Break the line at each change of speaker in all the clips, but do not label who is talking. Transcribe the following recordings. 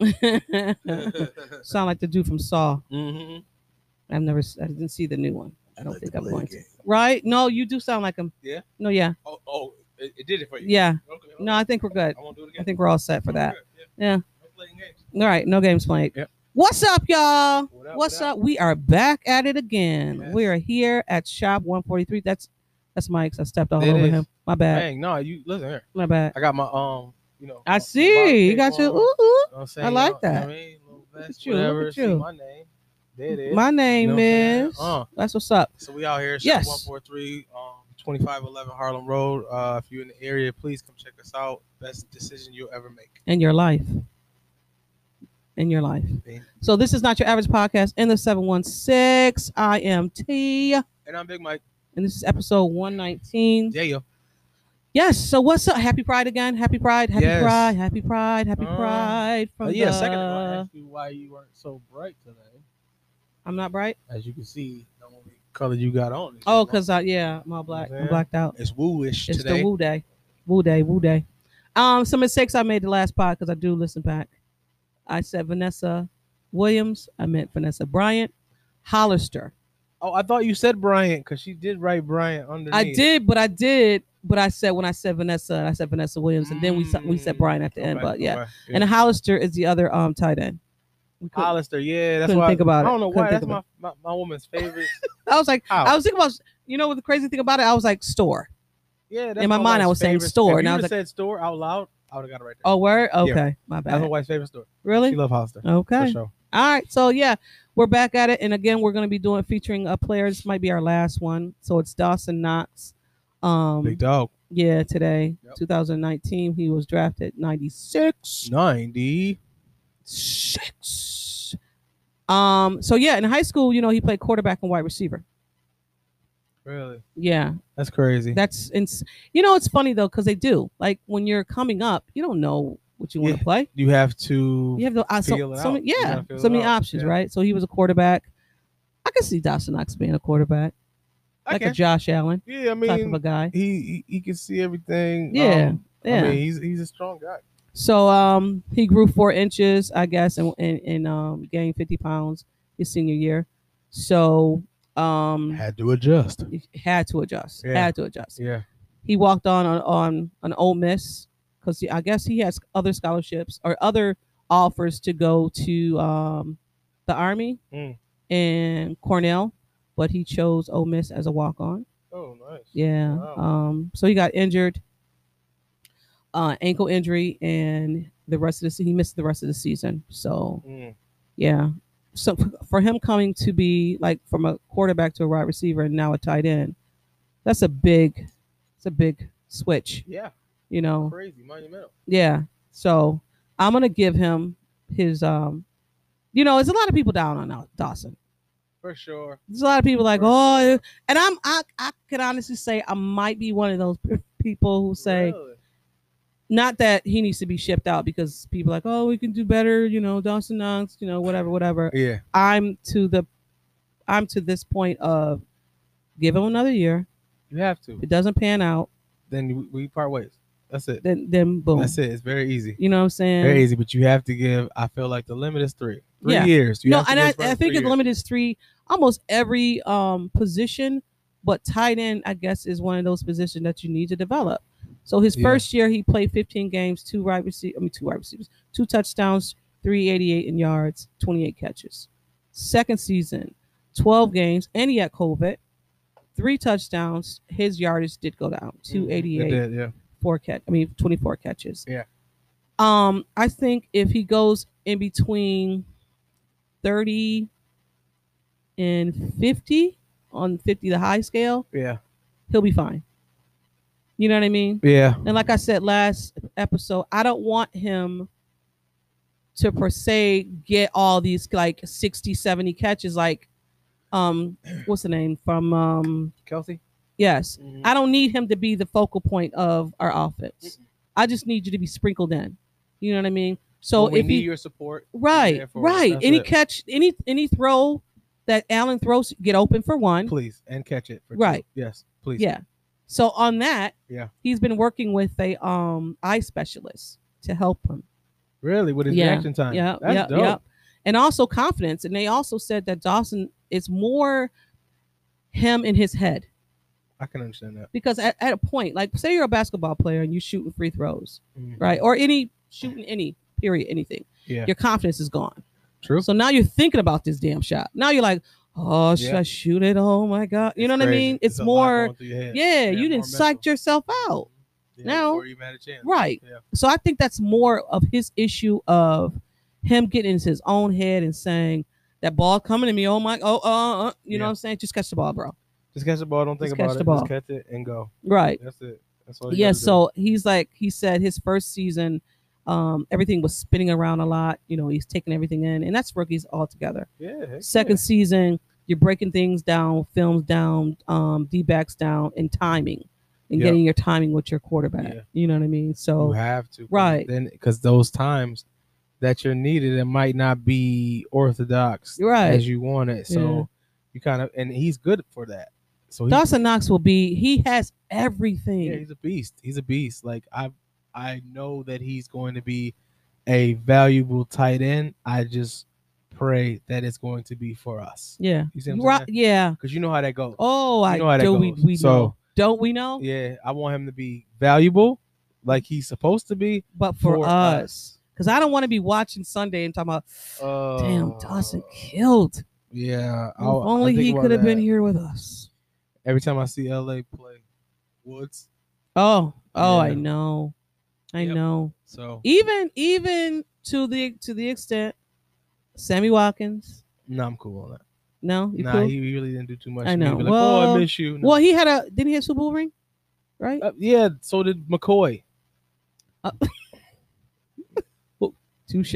Sound like the dude from Saw.
Mm-hmm.
I've never, s- I didn't see the new one. I don't
like
think
to
I'm
play
going
the
to.
game.
Right? No, you do sound like him.
Yeah?
No, yeah,
Oh, oh it, it did it for you.
yeah.
Okay, okay.
No, I think we're good.
I won't do it again.
I think we're all set for that. Yeah.
I'm playing games.
All right, no games played.
Yep.
What's up, y'all?
What up,
What's
what up?
up? We are back at it again.
Yes.
We are here at Shop 143. That's that's Mike's. I stepped all
It
over
is.
him. My bad.
Dang, no, you listen here.
My bad.
I got my um, you know.
I see. You got your ooh ooh. I like that. at
That's
you, look
whatever.
at
see
you.
My name. There it is.
My name
You know what I'm
is.
saying? Uh.
That's what's up.
So we out here, shop
Yes.
143, um, 2511 Harlem Road. Uh, if you're in the area, please come check us out. Best decision you'll ever make.
in your life. In your life.
Amen.
So this is not your average podcast. In the 716, I am T, and
And I'm Big Mike.
this is episode 119.
Yeah, yo.
Yes. So what's up? Happy Pride again. Happy Pride. Happy
Yes.
Pride. Happy Pride. Happy
Uh,
Pride. From
Uh, yeah,
the-
second ago, I asked you why you weren't so bright today.
I'm not bright.
As you can see,
The only color you got on. is
Oh,
yellow.
cause I yeah, I'm all black.
Yeah.
I'm blacked out.
it's wooish
It's
today.
the woo day, woo day, woo day. Um, some mistakes I made the last pod because I do listen back. I said Vanessa Williams. I meant Vanessa Bryant Hollister.
oh, I thought you said Bryant because she did write Bryant underneath.
I did, but I did, but I said when I said Vanessa, I said Vanessa Williams, and then we sa- we said
Mm,
Bryant at the end.
Okay,
But yeah,
okay,
and Hollister is the other um tight end. We couldn't-
Hollister, yeah, that's
couldn't
why
think about it.
I don't know
Couldn't
why.
think
That's my,
about
my, my woman's favorite.
I was like,
How?
I was thinking about you know what the crazy thing about it. I was like store.
yeah, that's
In my mind, I
wife's
was saying
favorite-
store,
If
and
you
I
would've
was
said store out loud. I would have got it right there.
Oh, where?
Yeah.
Okay, my
that's my
bad.
wife's favorite store. She
Really?
loves Hollister.
Okay.
For sure.
All right, so yeah, we're back at it, and again, we're going to be doing featuring a player. This might be our last one, so it's Dawson Knox. Um,
Big dog.
yeah, today,
Yep.
2019, he was drafted 96.
Ninety.
Six. Um, so yeah, in high school, you know, he played quarterback and wide receiver.
Really?
Yeah,
That's crazy.
that's ins- you know, it's funny though because they do like when you're coming up, you don't know what you want to
Yeah.
play.
you have to.
You have the uh, so,
Feel it
so
out.
many-
You
yeah,
gotta feel
so
it
many
out.
options,
Yeah.
right? So he was a quarterback. I could see Dawson Knox being a quarterback,
I
like a
can-
Josh Allen
yeah, I
type of a
mean,
guy.
he, he he can see everything.
Yeah,
um,
yeah.
I mean, he's he's a strong guy.
so um, he grew four inches, I guess, and and, and um, gained fifty pounds his senior year. So um,
Had to adjust.
he had to adjust.
Yeah.
Had to adjust.
Yeah.
He walked on on, on an Ole Miss because I guess he has other scholarships or other offers to go to um, the Army
Mm.
and Cornell, but he chose Ole Miss as a walk on.
Oh, nice.
Yeah.
Wow.
Um. So he got injured, uh, ankle injury, and the rest of the se- he missed the rest of the season. So
Mm.
yeah. So f- for him coming to be like from a quarterback to a wide receiver and now a tight end, that's a big, it's a big switch,
Yeah.
you know.
Crazy. Monumental.
Yeah. So I'm gonna give him his um, you know, there's a lot of people down on Daw- Dawson.
For sure.
There's a lot of people like,
For
oh,
sure.
and I'm I I could honestly say I might be one of those p- people who say
Really?
not that he needs to be shipped out because people are like, oh, we can do better, you know, Dawson Knox, you know, whatever, whatever.
Yeah.
I'm to the I'm to this point of give him another year.
You have to.
If it doesn't pan out,
Then we, we part ways. That's it.
then then boom.
That's it. It's very easy.
You know what I'm saying?
Very easy, but you have to give. I feel like the limit is three. Three
Yeah.
years. You
no,
have to
and
give
I,
for
I
three
think the
years.
limit is three almost every um position, but tight end, I guess, is one of those positions that you need to develop. So his
Yeah.
first year he played 15 games, two wide receivers, I mean two wide receivers, two touchdowns, 388 in yards, 28 catches. Second season, 12 games, and he had COVID, three touchdowns. His yardage did go down,
Mm, Mm-hmm. It
288
did, Yeah.
four catch. I mean, twenty four catches.
Yeah.
Um, I think if he goes in between thirty and fifty on fifty, the high scale,
Yeah.
he'll be fine. You know what I mean?
Yeah.
And like I said last episode, I don't want him to per se get all these like 60, 70 catches. Like um what's the name from um
Kelsey.
yes.
Mm-hmm.
I don't need him to be the focal point of our offense. I just need you to be sprinkled in. You know what I mean? So
When we
if
need
he
your support.
right,
there for us.
right,
That's
any
it.
catch, any any throw that Allen throws, get open for one.
please and catch it for two.
Right.
yes please
Yeah. So on that,
Yeah.
he's been working with a um eye specialist to help him.
really with his
Yeah,
reaction time
Yeah,
that's
yeah,
dope
yeah. And also confidence. And they also said that Dawson is more him in his head
i can understand that
because at, at a point, like say you're a basketball player and you're shooting free throws,
Mhm.
right? Or any shooting any period anything.
Yeah.
Your confidence is gone.
true
So now you're thinking about this damn shot. Now you're like, oh, should
Yeah.
I shoot it? Oh my god, you know what I mean? It's, more. Yeah, you didn't psych yourself out. now-
you mad at chance.
Right.
yeah
So I think that's more of his issue of him getting into his own head and saying that ball coming to me. Oh my, oh, uh, uh," you know
Yeah.
what I'm saying? Just catch the ball, bro.
just catch the ball don't think
Just
about
catch
it
the ball.
just catch it and go
Right.
that's it that's all
Yeah.
you Oh, gotta do.
so he's like, he said his first season, um, everything was spinning around a lot. You know, he's taking everything in, and that's rookies altogether.
yeah heck
Second season, you're breaking things down, films down, um, D backs down, and timing, and
Yeah.
getting your timing with your quarterback.
Yeah.
You know what I mean?
yeah. you
So
have to 'cause
Right.
then because those times that you're needed it might not be orthodox
Right.
as you want it so
Yeah.
you kind of and he's good for that so he
Dawson Knox will be. He has everything.
Yeah, he's a beast. He's a beast. Like I I know that he's going to be a valuable tight end. I just pray that it's going to be for us.
Yeah.
You see what I'm
Right. Yeah.
Because you know how that goes.
Oh, I
know how that
do. We,
goes.
we
So-
know. Don't we know?
Yeah, I want him to be valuable like he's supposed to be.
But for,
For
us, because I don't want to be watching Sunday and talking about,
Uh,
damn, Dawson killed.
Yeah.
If
I- I
only
think
he
about
could have been
that.
here with us.
Every time I see LA play Woods.
Oh, oh, I
Yeah.
know, I
Yep.
know.
So
Even, even to the to the extent, Sammy Watkins.
no, I'm cool on that.
No, you
nah,
cool?
he really didn't do too much.
I
for me.
know.
Be Like, oh,
Well-
I miss you. No.
well, he had a didn't he have a Super Bowl ring, right?
Uh, yeah, so did McCoy.
Touche.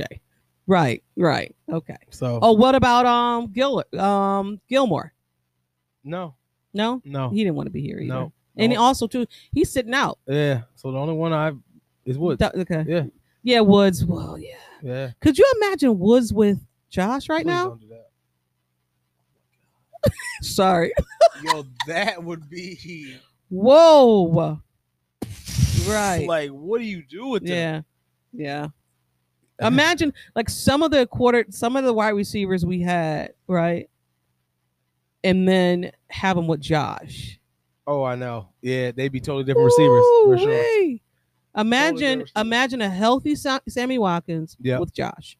Right, right, okay.
So
Oh, what about um Gil um Gilmore?
no,
No,
no.
he didn't want to be here either.
No.
And
no.
also too, he's sitting out.
yeah. So the only one I is Woods.
Th- okay.
Yeah.
Yeah, Woods. Well, yeah.
yeah.
Could you imagine Woods with Josh right
Please
now?
don't do that.
Sorry.
Yo, that would be
Whoa. Right.
Like, what do you do with that?
yeah. Yeah. Imagine like some of the quarter, some of the wide receivers we had, right? And then have them with Josh.
Oh, I know. Yeah, they'd be totally different receivers for sure.
Woo-wee. Imagine,
receivers.
imagine a healthy Sa- Sammy Watkins
Yeah.
with Josh,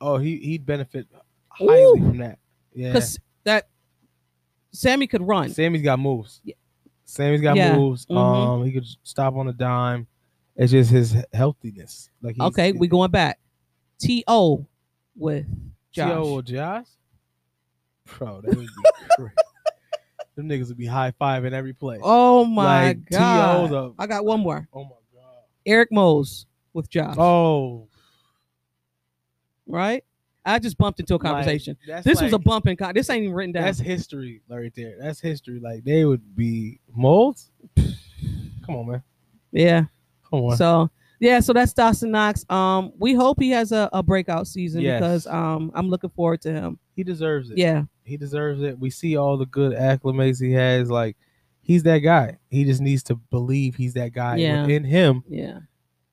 Oh, he he'd benefit highly
Ooh.
from that. Yeah,
because that Sammy could run.
Sammy's got moves.
Yeah.
Sammy's got
Yeah.
moves.
Mhm.
Um, he could stop on a dime. It's just his healthiness. Like he's,
Okay, we going back. T.O. with Josh.
Yo, well, Josh. Bro, that would be crazy. Them niggas would be high fiving every play.
Oh my
Like, T.O.
god.
the-
I got one more.
Oh my god.
Eric Mose with Josh.
Oh,
Right? I just bumped into a conversation.
Like, that's
this was a
like-
bumping con- this ain't even written down.
That's history right there. That's history. Like they would be molds. Come on, man.
Yeah.
Come on.
So yeah, so that's Dawson Knox. Um, we hope he has a, a breakout season
Yes.
because um I'm looking forward to him.
he deserves it.
Yeah.
he deserves it. We see all the good acclimates he has. Like he's that guy. He just needs to believe he's that guy
Yeah.
within him
Yeah.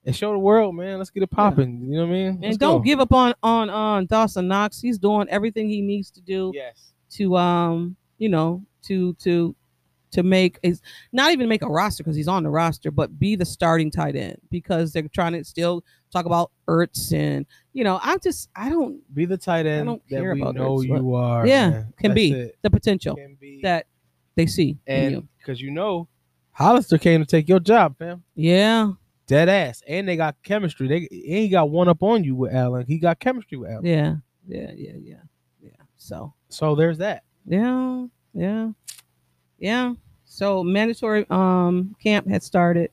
and show the world, man. Let's get it popping. You know what I mean? Let's
And don't
go.
give up on on on Dawson Knox. He's doing everything he needs to do.
Yes.
to um you know to to to make is not even make a roster because he's on the roster, but be the starting tight end because they're trying to still talk about Ertz and you know I just I don't
Be the tight end
don't
that
care
we
about
know
this,
you are.
Yeah,
man.
can
That's
be
it.
the potential
Can be.
that they see in you.
and because you know Hollister came to take your job, fam.
yeah
dead ass. And they got chemistry. They and he got one up on you with Allen. He got chemistry with Allen.
yeah yeah yeah yeah yeah so
So there's that.
yeah yeah yeah so mandatory um camp had started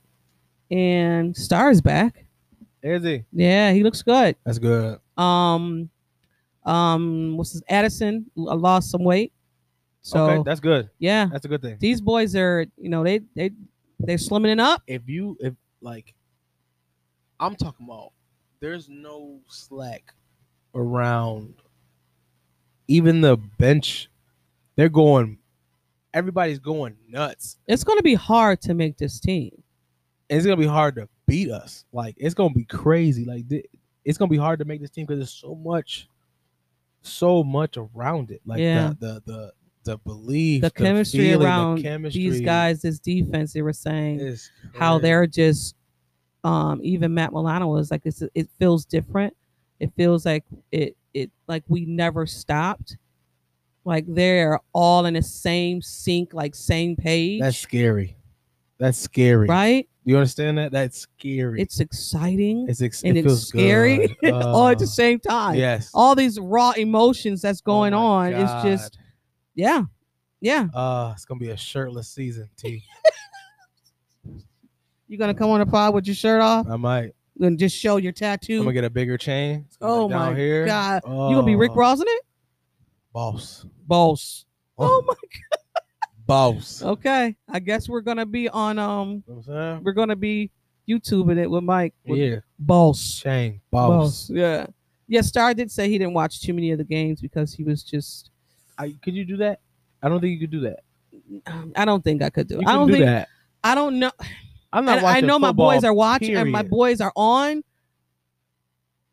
and stars back
Is he?
yeah he looks good
That's good.
Um, Um, what's his Addison l- lost some weight. So
okay, that's good.
yeah,
That's a good thing.
these boys are you know they they they're slimming it up.
If you if like, I'm talking about. There's no slack
Around even the bench, they're going. Everybody's going nuts.
It's going to be hard to make this team.
it's gonna be hard to beat us. Like it's gonna be crazy. Like thi- it's gonna be hard to make this team because there's so much, so much around it. Like
Yeah.
the, the the the belief,
The chemistry
feeling,
around
the chemistry
These guys, this defense, they were saying
is
how
crazy.
they're just um even Matt Milano was like it's it feels different. It feels like it it like we never stopped. Like they're all in the same sync, like same page.
That's scary. That's scary.
right.
You understand that? That's scary.
It's exciting
it's ex-
and
it
it's
feels
scary Oh,
good.
all at the
Uh,
same time.
Yes.
All these raw emotions that's
Oh
going
my
on
God.
is just yeah. Yeah.
Uh, it's gonna be a shirtless season. T.
You're gonna come on the pod with your shirt off
I might.
and just show your
I'm
tattoo.
gonna get a bigger chain. It's gonna be
Oh
down
my
here.
God. you gonna be Rick
Oh,
Ross in it?
boss.
Boss. Oh my
boss.
Okay, I guess we're gonna be on um,
You know what I'm saying?
we're gonna be YouTubing it with Mike. With
Yeah,
Boss.
Shane, boss.
Yeah. Yeah. Star did say he didn't watch too many of the games because he was just.
I, could you do that? I don't think you could do that.
I don't think I could do.
You
It.
can
I don't
do
think.
that.
I don't know.
I'm not
And I
watching.
know my boys
football,
are watching and my
period.
boys are on.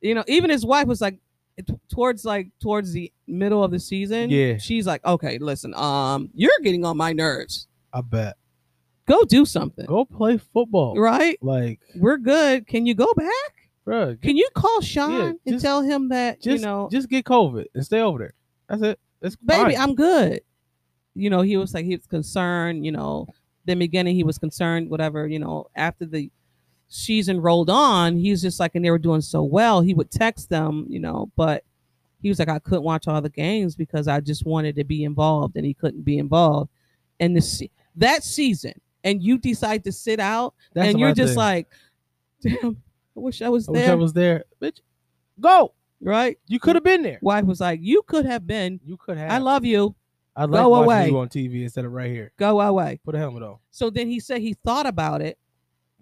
You know, even his wife was like, t- towards like towards the middle of the season.
Yeah.
She's like, okay, listen, um, you're getting on my nerves.
I bet.
Go do something,
Go play football.
right?
Like,
We're good. Can you go back?
bro,
Can you call Sean and
just-
tell him that
just
you know,
just get COVID and stay over there. That's it. That's
baby,
fine.
I'm good. You know, he was like he was concerned. You know, the beginning he was concerned. Whatever. You know, after the season rolled on, he was just like, and they were doing so well. He would text them. You know, but he was like, I couldn't watch all the games because I just wanted to be involved, and he couldn't be involved. And this se- that season, and you decide to sit out,
That's
and you're
my
just
thing.
like, damn, I wish I was
I wish
there,
I was there, bitch. Go.
right?
You could have been there.
wife was like, "You could have been.
You could have.
I love you.
I like
go
watching
away.
you on TV instead of right here.
Go away."
Put a helmet on.
So then he said he thought about it.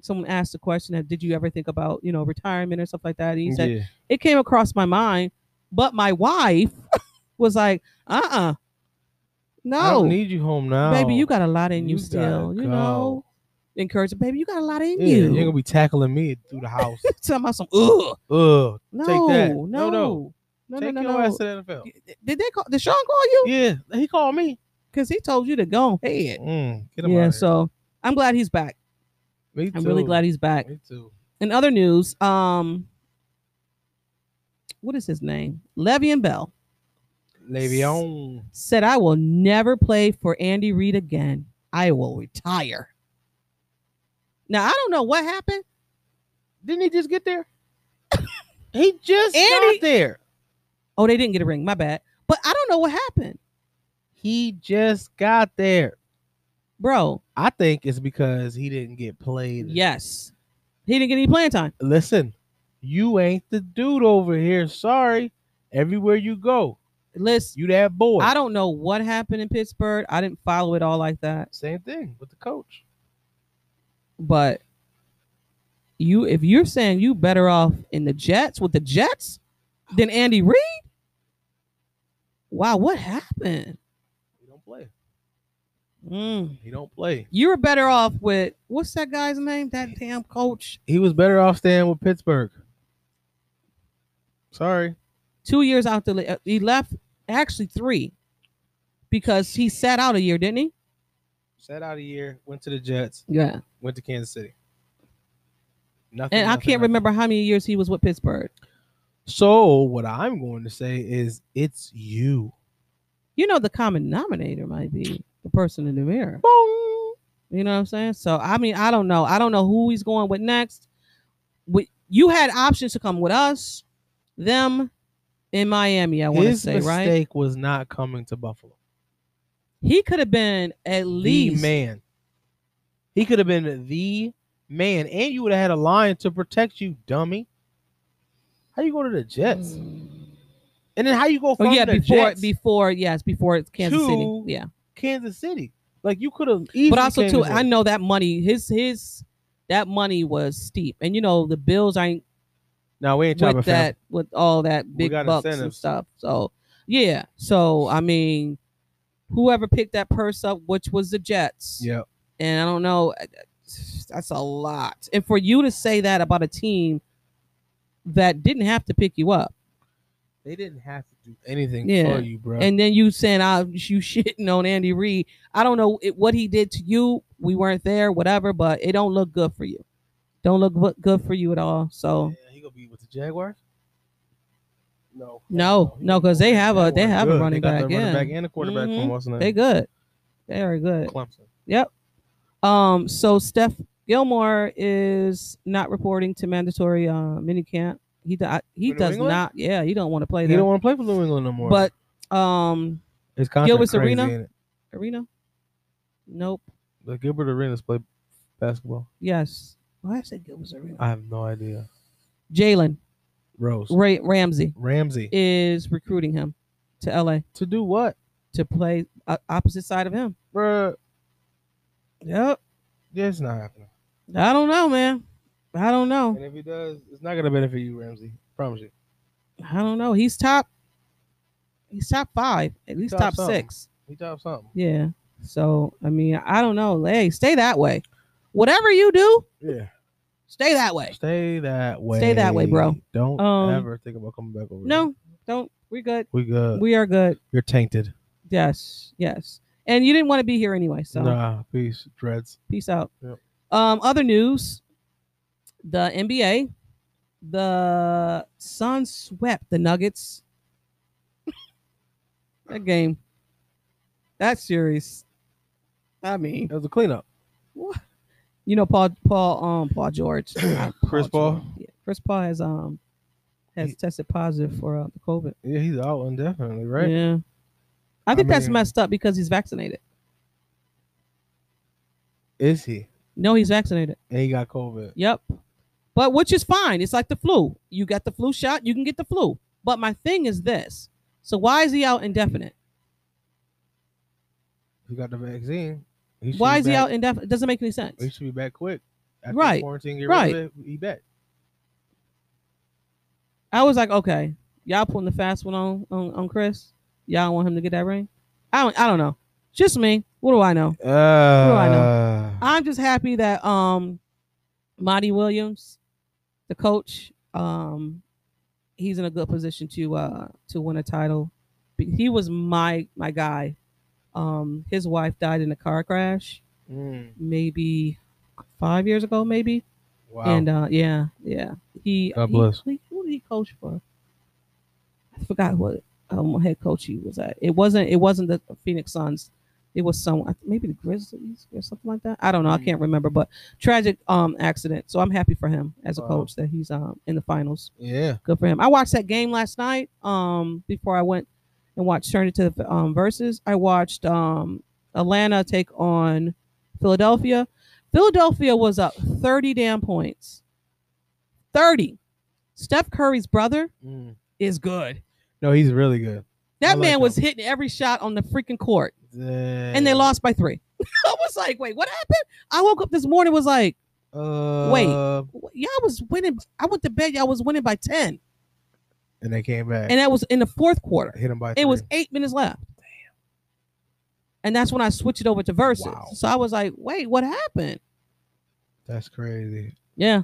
Someone asked the question of, "Did you ever think about you know retirement or stuff like that?" And he said,
yeah.
"It came across my mind, but my wife was like, uh uh
I don't
no,
need you home now,
baby, you got a lot in you,
You gotta
still. You know, encourage, baby, you got a lot in
Yeah,
you."
You're gonna be tackling me through the house.
Talking about some ugh.
Ugh.
No,
that. No,
no, no,
no.
no,
Take
no,
your
no.
ass to the NFL.
Did they call? Did Sean call you?
Yeah, he called me.
Because he told you to go ahead.
Mm, get him
Yeah.
outta
So I'm glad he's back.
here. me
I'm really
too.
glad he's back.
Me too.
In other news, um, what is his name? Le'Veon Bell
Le'Veon.
said, "I will never play for Andy Reid again. I will retire." Now I don't know what happened.
Didn't he just get there? he just
Andy-
got there.
Oh, they didn't get a ring. My bad. But I don't know what happened,
He just got there.
bro.
I think it's because he didn't get played.
Yes, he didn't get any playing time.
Listen, you ain't the dude over here. Sorry. Everywhere you go,
Listen,
you that boy.
I don't know what happened in Pittsburgh. I didn't follow it all like that.
Same thing with the coach.
But you, if you're saying you better off in the Jets with the Jets than Andy Reid, wow, what happened?
He don't play.
Mm.
He don't play.
You were better off with what's that guy's name? That damn coach.
He was better off staying with Pittsburgh. Sorry.
Two years out the uh, he left. Actually, three, because he sat out a year, didn't he?
Sat out a year, went to the Jets,
Yeah.
went to Kansas City. Nothing.
And I
nothing,
can't
nothing.
remember how many years he was with Pittsburgh.
So what I'm going to say is it's you.
You know, the common denominator might be the person in the mirror.
Boom.
You know what I'm saying? So I mean, I don't know. I don't know who he's going with next. With you had options to come with us, them, in Miami. I want to
His
say right.
mistake was not coming to Buffalo.
He could have been at
The
least
man. He could have been the man, and you would have had a line to protect you, dummy. How you go to the Jets? And then how you go
Mm. Oh
from
yeah,
the
before
Jets
before yes, before it's Kansas City.
To-
Yeah.
Kansas City? Like you could have easily.
But also
came
too,
to-
I know that money, his his that money was steep. And you know, the Bills ain't
No, we ain't chopping
with
fam.
that with all that big
got
bucks and
incentives.
stuff. So yeah. So I mean, whoever picked that purse up, which was the Jets.
Yeah,
and I don't know. That's a lot. And for you to say that about a team that didn't have to pick you up,
they didn't have to do anything
Yeah.
for you, bro.
and then you saying I you shitting on Andy Reid. I don't know it, what he did to you. We weren't there, whatever. But it don't look good for you. Don't look bu- good for you at all. So
Yeah, he gonna be with the Jaguars. No,
No, no, 'cause they have a- they have a
Good.
running
they got
back,
The running
yeah.
back and a quarterback
Mhm.
from what's his
they
name?
good. They are good.
Clemson.
Um. So Steph Gilmore is not reporting to mandatory uh, minicamp. He do, I- he
For New
does
England?
not. Yeah, he don't want to play
He
there.
don't want to play for New England no more.
But um.
his contract
Gilbert's
crazy,
Arena?
ain't it?
arena? Nope.
The Gilbert Arenas play basketball.
Yes. Why I said Gilbert's arena.
I have no idea.
Jalen
Rose
Ray Ramsey
Ramsey
is recruiting him to LA
to do what,
to play uh, opposite side of him.
bro?
Yep.
That's not happening.
I don't know, man. I don't know.
And if he does, it's not gonna benefit you, Ramsey. Promise you.
I don't know. He's top. He's top five, at least
Top
top,
something.
six.
He dropped something.
Yeah. So I mean, I don't know. Hey, stay that way. Whatever you do,
Yeah.
stay that way.
Stay that way.
Stay that way, bro.
Don't
Um,
ever think about coming back over. here.
No, don't. We're good.
we good.
We are good.
You're tainted.
Yes. Yes. And you didn't want to be here anyway, so.
Nah, peace, dreads.
Peace out.
Yep.
Um, other news: the NBA, the Suns swept the Nuggets. that game, that series. I mean,
That was a cleanup.
you know, Paul, Paul, um, Paul George, Not
Chris Paul?
George. Yeah, Chris Paul has um has
He-
tested positive for uh, the COVID.
Yeah, he's out indefinitely, right?
Yeah, I think that's
mean-
messed up because he's vaccinated.
Is he?
No, he's vaccinated.
And he got COVID.
Yep. But which is fine. It's like the flu. You got the flu shot, you can get the flu. But my thing is this. So why is he out indefinite?
He got the vaccine. He should
Why
be
is he
back-
out indefinite? It doesn't make any
He
sense.
should be back quick. After
Right,
Quarantine. Get
right.
Rid of it, he back.
I was like, okay, y'all putting the fast one on on, on Chris. Y'all want him to get that ring? I don't I don't know. Just me. What do I know?
Uh, I
I'm just happy that um Monty Williams, the coach, um he's in a good position to uh to win a title. Be- He was my my guy. Um his wife died in a car crash
Mm,
maybe 5 years ago maybe.
wow.
And uh yeah, yeah. He
God
he-
bless.
he- who did he coach for? I forgot what um head coach he was at. It wasn't it wasn't the Phoenix Suns. It was someone maybe the Grizzlies or something like that. I don't know. I
Mm.
can't remember. But tragic um accident. So I'm happy for him as a
Wow.
coach that he's um in the finals.
yeah.
Good for him. I watched that game last night. Um before I went and watched Turn It to the um versus. I watched um Atlanta take on Philadelphia. Philadelphia was up 30 damn points. 30. Steph Curry's brother
Mm.
is good.
No, he's really good. I
That
like
man
him.
was hitting every shot on the freaking court, and they
Damn.
lost by three. I was like, wait, what happened? I woke up this morning was like,
Uh,
Wait. wh- y'all was winning. I went to bed, y'all was winning by ten,
And they came back.
and that was in the fourth quarter.
hit him by.
It was
three.
eight minutes left. And that's when I switched it over to versus.
Wow.
So I was like, wait, what happened?
That's crazy.
Yeah.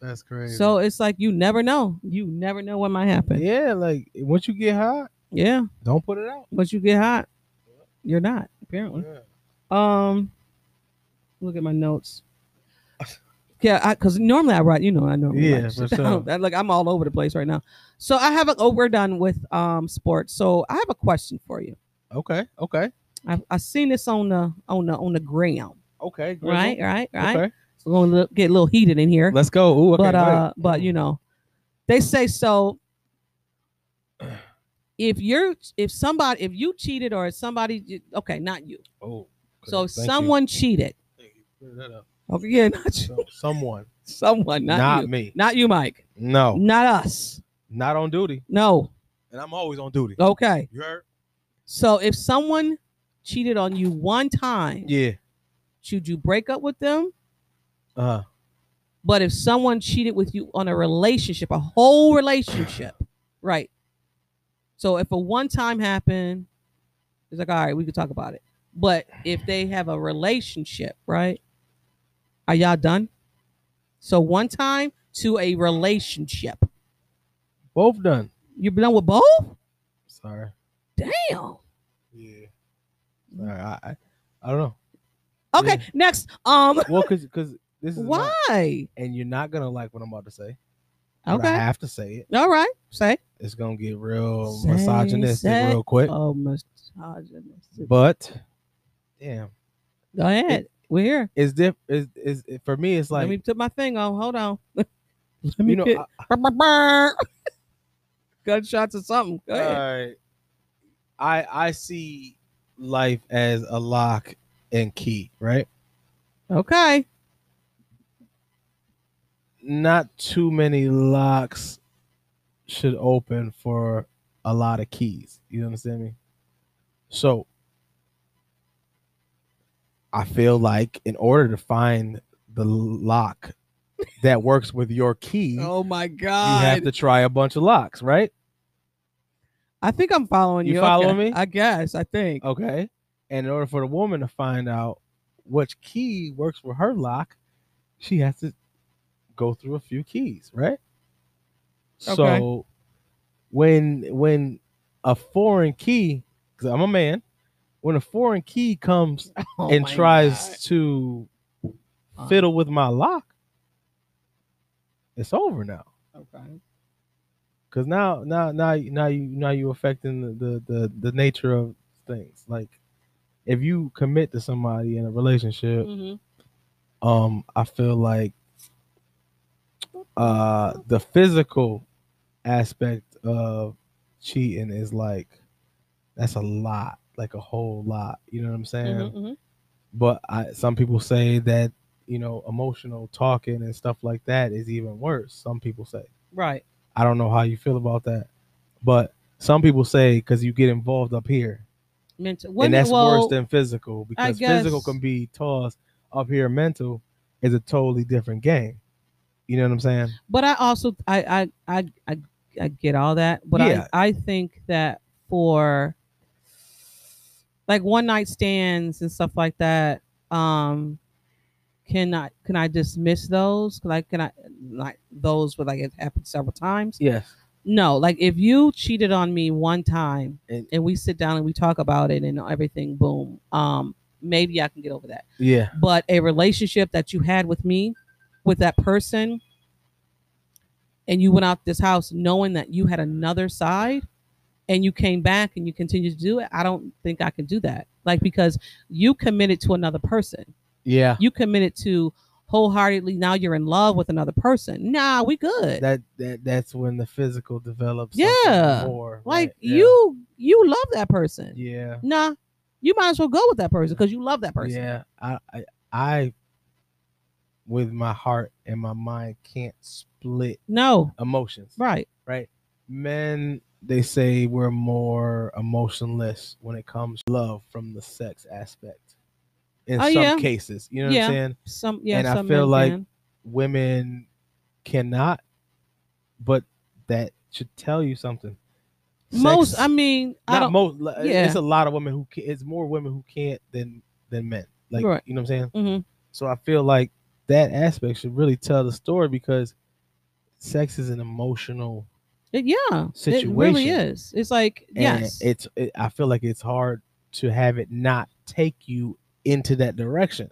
That's crazy.
So it's like you never know. You never know what might happen. Yeah.
yeah, like once you get hot, don't put it out.
But you get hot, you're not, apparently. Um, look at my notes. Yeah, I because normally I write, you know, I normally
Yeah,
write shit
for sure.
down. That- like I'm all over the place right now. So I have a oh, we're done with um sports. So I have a question for you.
Okay. Okay.
I I seen this on the on the on the gram.
Okay. Grizzle.
Right, right, right.
Okay.
So we're gonna look- get a little heated in here,
Let's go. Ooh, okay,
but
go ahead.
uh, but you know, they say so. If you're if somebody if you cheated or somebody okay not you
Oh,
so if
thank you.
someone cheated
Thank you. Clear that up.
oh yeah not you
So, someone,
someone not,
not, Oh.
you.
me.
Not you, Mike.
No,
Not us.
not on duty.
No.
and I'm always on duty.
Okay.
You heard?
So if someone cheated on you one time,
Yeah.
should you break up with them?
Uh
But if someone cheated with you on a relationship, a whole relationship, right? So if a one time happened, it's like, all right, we could talk about it. But if they have a relationship, right? Are y'all done? So one time to a relationship.
both done.
You're done with both?
Sorry.
Damn.
Yeah.
Sorry. I I, I don't know.
Okay,
Yeah.
next. Um
Well, cause cause this is not-
why?
and you're not gonna like what I'm about to say. but I
Okay.
have to say it.
All right. Say.
It's gonna get real
Say,
misogynistic
say-
real quick.
Oh, misogynistic.
but damn,
Go ahead. We're here.
it's diff. Is is it- for me? It's like
Let me put my thing on. Hold on. Let me
you know.
get
I-
gunshots or something. Go ahead.
Alright. Uh, I I see life as a lock and key, right?
okay.
Not too many locks should open for a lot of keys. You understand me? So I feel like in order to find the lock that works with your key,
Oh my
you
God.
have to try a bunch of locks, right?
I think I'm following you.
You follow
Okay.
me?
I guess. I think.
Okay. And in order for the woman to find out which key works for her lock, she has to go through a few keys, right? So when when a foreign key, because I'm a man, when a foreign key comes
Oh
and
my
tries
God.
to
Uh.
fiddle with my lock, it's over now.
Okay.
Cause now, now, now, now you now you affecting the, the the the nature of things. Like, if you commit to somebody in a relationship,
Mhm.
um, I feel like uh the physical aspect of cheating is like that's a lot, like a whole lot. You know what I'm saying?
Mhm, mhm.
But I, some people say that you know emotional talking and stuff like that is even worse. Some people say.
Right.
I don't know how you feel about that, but some people say because you get involved up here,
Mental.
and
women-
that's
well,
worse than physical because physical
guess-
can be tossed up here. Mental is a totally different game. You know what I'm saying?
but I also I I I I, I get all that, but
Yeah.
I I think that for like one night stands and stuff like that, um, can I can I dismiss those? Like can I like those where like it happened several times?
Yes.
No, like if you cheated on me one time
And-
and we sit down and we talk about it and everything, boom, um, maybe I can get over that
Yeah.
but a relationship that you had with me, with that person, and you went out this house knowing that you had another side and you came back and you continued to do it, I don't think I can do that. Like, because you committed to another person,
Yeah.
you committed to wholeheartedly, now you're in love with another person. Nah, we good.
That that that's when the physical develops.
Yeah.
More,
like,
right? Yeah.
you, you love that person.
Yeah.
Nah, you might as well go with that person because you love that person.
Yeah. I, I I with my heart and my mind can't split
No,
emotions.
right.
right? Men, they say we're more emotionless when it comes to love from the sex aspect. In
Oh,
some
yeah.
cases, you know
Yeah.
what I'm saying?
Some, yeah,
And I
some
feel
men
like-
can.
Women cannot, but that should tell you something.
most,
Sex-
I mean, I
not
don't.
most.
yeah.
It's a lot of women who can, it's more women who can't than than men. Like
Right.
you know what I'm saying?
Mhm.
So I feel like that aspect should really tell the story because sex is an emotional
It- yeah, It really
situation.
is. It's like
and
yes,
it's it, i feel like it's hard to have it not take you into that direction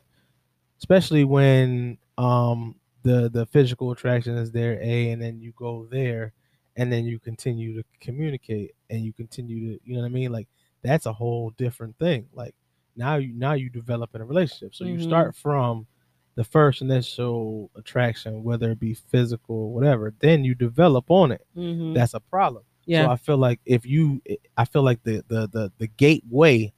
especially when um the the physical attraction is there a and then you go there and then you continue to communicate and you continue to you know what i mean like that's a whole different thing like now you now you develop in a relationship so
Mhm.
you start from the first initial attraction whether it be physical or whatever then you develop on it
Mhm.
that's a problem
yeah,
so I feel like if you, I feel like the the the, the gateway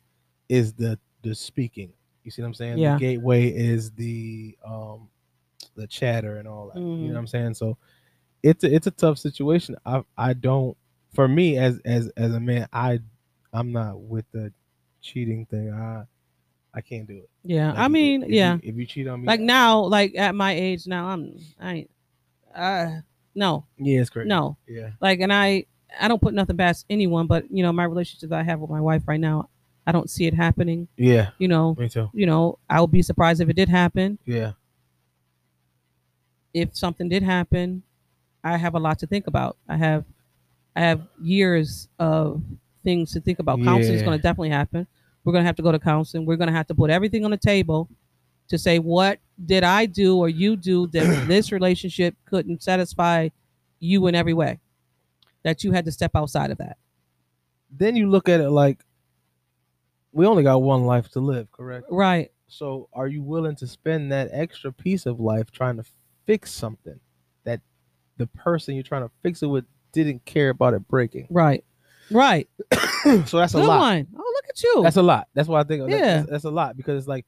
is the the speaking. You see what I'm saying?
Yeah.
The gateway is the um the chatter and all that. You
Mhm.
know what I'm saying? So it's a, it's a tough situation. I I don't for me as as as a man, I I'm not with the cheating thing. I I can't do it.
Yeah,
Like,
I
if-
mean,
if you-
yeah.
if you cheat on me,
Like now, like at my age now, I'm I ain't uh no,
yeah, it's crazy.
no.
yeah,
Like and I I don't put nothing past anyone, but you know, my relationship that I have with my wife right now, I don't see it happening,
yeah,
you know.
me too.
You know, I would be surprised if it did happen.
Yeah,
If something did happen, I have a lot to think about. I have I have years of things to think about. Counseling is
Yeah.
going to definitely happen. We're going to have to go to counseling. We're going to have to put everything on the table to say what did I do or you do that this relationship couldn't satisfy you in every way. That you had to step outside of that.
then you look at it like we only got one life to live, correct?
Right.
So, are you willing to spend that extra piece of life trying to fix something that the person you're trying to fix it with didn't care about it breaking?
Right. Right.
so that's a
Good
lot.
one. Oh, look at you.
That's a lot. That's why I think
Yeah.
yeah. that's, that's a lot because it's like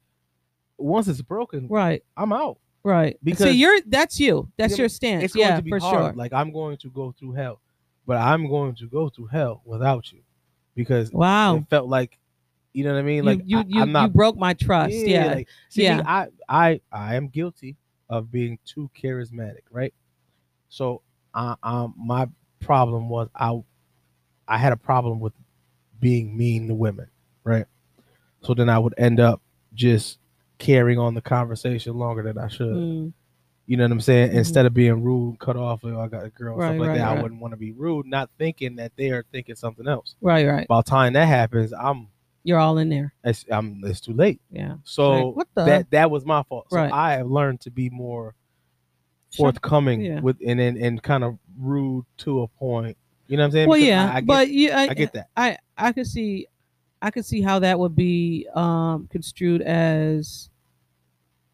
once it's broken,
right.
I'm out.
Right. Because
Because-
See, you're that's you. That's
Yeah,
your stance.
It's
yeah,
going to be
for
hard.
sure.
Like I'm going to go through hell, but I'm going to go through hell without you because
wow.
it felt like, you know what I mean? Like
you
I,
you, you,
I'm not
you broke my trust. Yeah.
like, see,
Yeah.
I, I, I am guilty of being too charismatic, right? So, uh, um, my problem was I, I had a problem with being mean to women, right? So then I would end up just carrying on the conversation longer than I should.
Mm,
You know what I'm saying?
Mhm.
Instead of being rude, and cut off, like, oh, I got a girl, and
Right,
stuff like
right,
that.
right.
I wouldn't want to be rude, not thinking that they are thinking something else.
right, right.
By the time that happens, I'm,
You're all in there.
it's, I'm, it's too late.
Yeah.
So
Like, what the-
that that was my fault. So
Uh-huh. Right.
I have learned to be more
Sure.
forthcoming
Yeah.
with and, and and kind of rude to a point. You know what I'm saying?
Well,
Because
yeah,
I, I get,
but uh, yeah, I,
I get that.
I I could see, I could see how that would be um construed as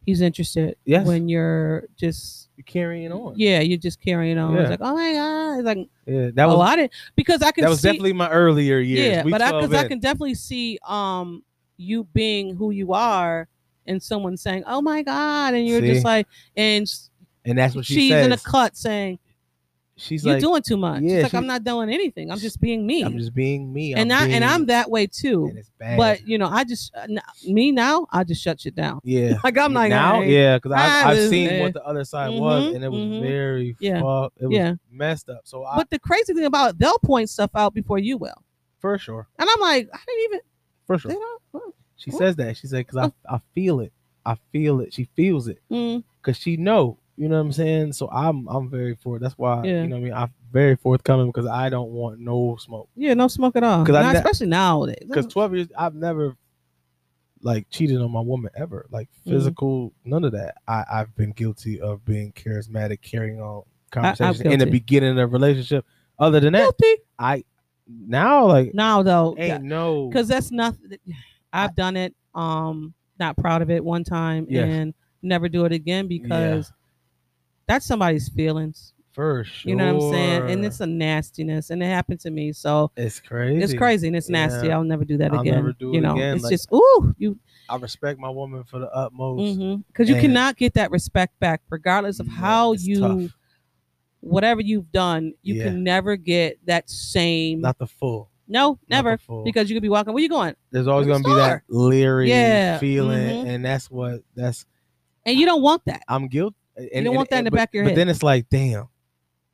he's interested.
Yes.
When you're just
You're carrying on.
yeah, you're just carrying on. It's
Yeah.
like oh my god, it's like
Yeah, that
oh
was
I didn't because I can
that was
see,
definitely my earlier years.
yeah,
Week
but I
12
because I
in.
can definitely see um you being who you are and someone saying oh my god and you're
See?
just like and s-
and that's what she
she's
says.
in a cut saying
She's
you're
like,
doing too much.
yeah,
She's like
she-
I'm not doing anything. I'm just being me.
I'm just being me.
and
I'm
I
being,
and I'm that way too.
and it's bad.
But you know, I just uh, n- me now, I just shut shit down.
yeah.
Like I'm like
now,
alright.
yeah, because
I
I've
was
seen
there.
what the other side was,
Mhm,
and it was
mhm.
very
Yeah.
fucked. It was
Yeah.
messed up. So I,
But the crazy thing about it, they'll point stuff out before you will,
for sure,
and I'm like, I didn't even.
for sure,
Did I? Well,
She
What?
says that. She said, "Cause
Oh.
I, I feel it. I feel it. She feels it.
mm,
Cause she know. You know what I'm saying. So I'm I'm very for. That's why
Yeah.
you know what I mean. I'm very forthcoming because I don't want no smoke.
yeah, no smoke at all.
'Cause I
Not-
ne-
especially nowadays.
Cause 12 years, I've never like cheated on my woman ever. Like
Mhm.
physical, none of that. I I've been guilty of being charismatic, carrying on
I'm
conversation in the
guilty.
beginning of a relationship. Other than that,
guilty
I now like
now though,
ain't no
because that's nothing. I've done it. Um, not proud of it one time,
Yes.
and never do it again because that's somebody's feelings.
for sure.
You know what I'm saying? And it's a nastiness, and it happened to me. So
it's crazy.
It's crazy and it's nasty.
Yeah.
I'll never do that
I'll
again.
never do
you
it
know,
again,
it's
like-
just ooh, you
I respect my woman for the utmost.
because you
And-
cannot get that respect back, regardless of
No,
how
Mm, it's
you,
tough.
whatever you've done, you
Yeah.
can never get that same.
not the full,
no,
not the
never,
full.
because you could be walking. Where you going?
there's always
I'm
gonna be that leery
Yeah,
feeling,
mhm.
and that's what that's
And you don't want that.
I'm guilty. And,
don't want that in the
but,
back of your
but
head.
then it's like, damn,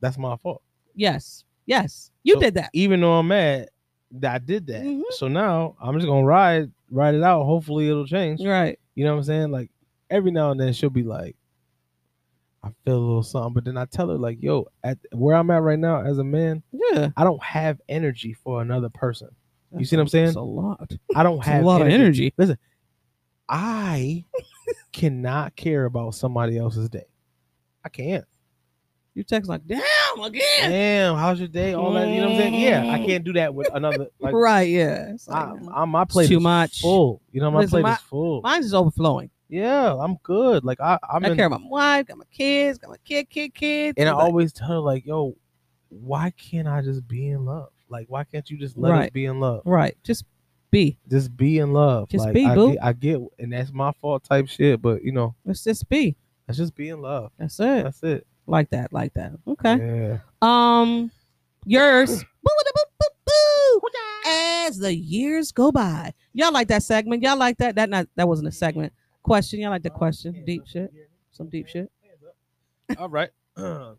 that's my fault.
Yes, yes, you
So-
did that.
Even though I'm mad that I did that,
Mhm.
so now I'm just gonna ride ride it out. Hopefully it'll change.
Right,
You know what I'm saying? Like every now and then she'll be like, I feel a little something, but then I tell her like, yo, at where I'm at right now as a man,
yeah.
I don't have energy for another person. You see what I'm saying?
It's a lot. It's
I don't
a
have
lot of energy.
I cannot care about somebody else's day. I can't.
You text like, damn again.
Damn, how's your day? All that, you know what I'm saying? Yeah, I can't do that with another. Like,
right, yeah. It's like,
I, I, my plate
too
is
much.
full. You know, my
Listen,
plate
my-
is full.
mine's just overflowing.
yeah, I'm good. Like, I, I'm
i
in,
care about my wife, got my kids, got my kid, kid, kids.
and I
Like,
always tell her like, yo, why can't I just be in love? Like, why can't you just let us
Right.
be in love?
Right. Just be.
Just be in love.
Just
like,
be,
I,
boo.
Get, I get, and that's my fault type shit. But you know,
Let's just be.
let's just be in love.
That's it.
That's it.
Like that. Like that. Okay.
Yeah.
Um. Yours. Boo-a-da-boo-boo-boo. As the years go by, y'all like that segment. Y'all like that. That not that wasn't a segment. Question. Y'all like the question? Deep shit. Some deep shit.
All right.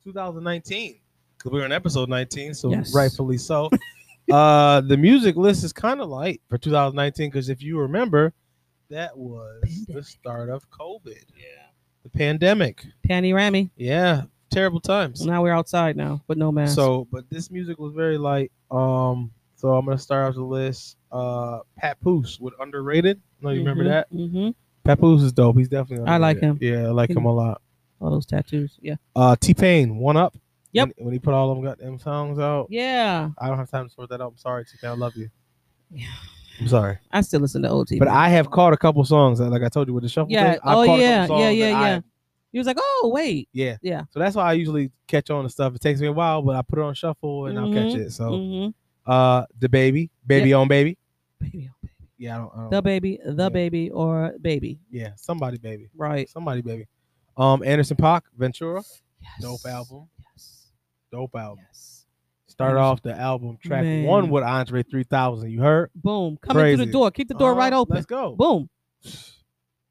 2019. Because we were in episode 19, so
Yes.
rightfully so.
uh, the music list is kind of light for 2019 because if you remember, that was the start of COVID. Yeah. The pandemic.
Panty Rammy.
Yeah. Terrible times.
Now we're outside now, but no mask.
So, but this music was very light. Um, so I'm gonna start off the list. Uh, Pat Poose with underrated. No, Oh, you remember that?
Mm-hmm.
Pat Poose is dope. He's definitely.
I like
underrated. Yeah, I like him a lot.
All those tattoos. Yeah.
Uh, T Pain, One Up.
Yep.
When, when he put all them goddamn songs out,
Yeah.
I don't have time to sort that out. I'm sorry, T Pain. I love you.
Yeah.
I'm sorry,
I still listen to old TV.
but I have caught a couple songs. uh, Like I told you with the shuffle.
Yeah.
thing, I've caught a
Oh,
couple
yeah.
songs
Yeah,
that
yeah,
I-
yeah. He was like, oh wait.
yeah.
Yeah.
So that's why I usually catch on to stuff. It takes me a while, but I put it on shuffle and I'll catch
Mhm.
it. So,
Mm-hmm.
uh, the baby, baby on baby.
Baby, oh, baby.
Yeah, I don't. I don't
The baby, the
Yeah.
baby, or baby.
Yeah, somebody baby,
Right.
somebody baby. Um, Anderson Park, Ventura,
Yes.
dope album, Oh.
Yes.
dope album.
Yes.
Start
Anderson-
off the album track
Man.
one with Andre 3000. You heard?
Boom. Coming through the
Crazy.
door. Keep the door
Uh,
right open.
Let's go.
Boom.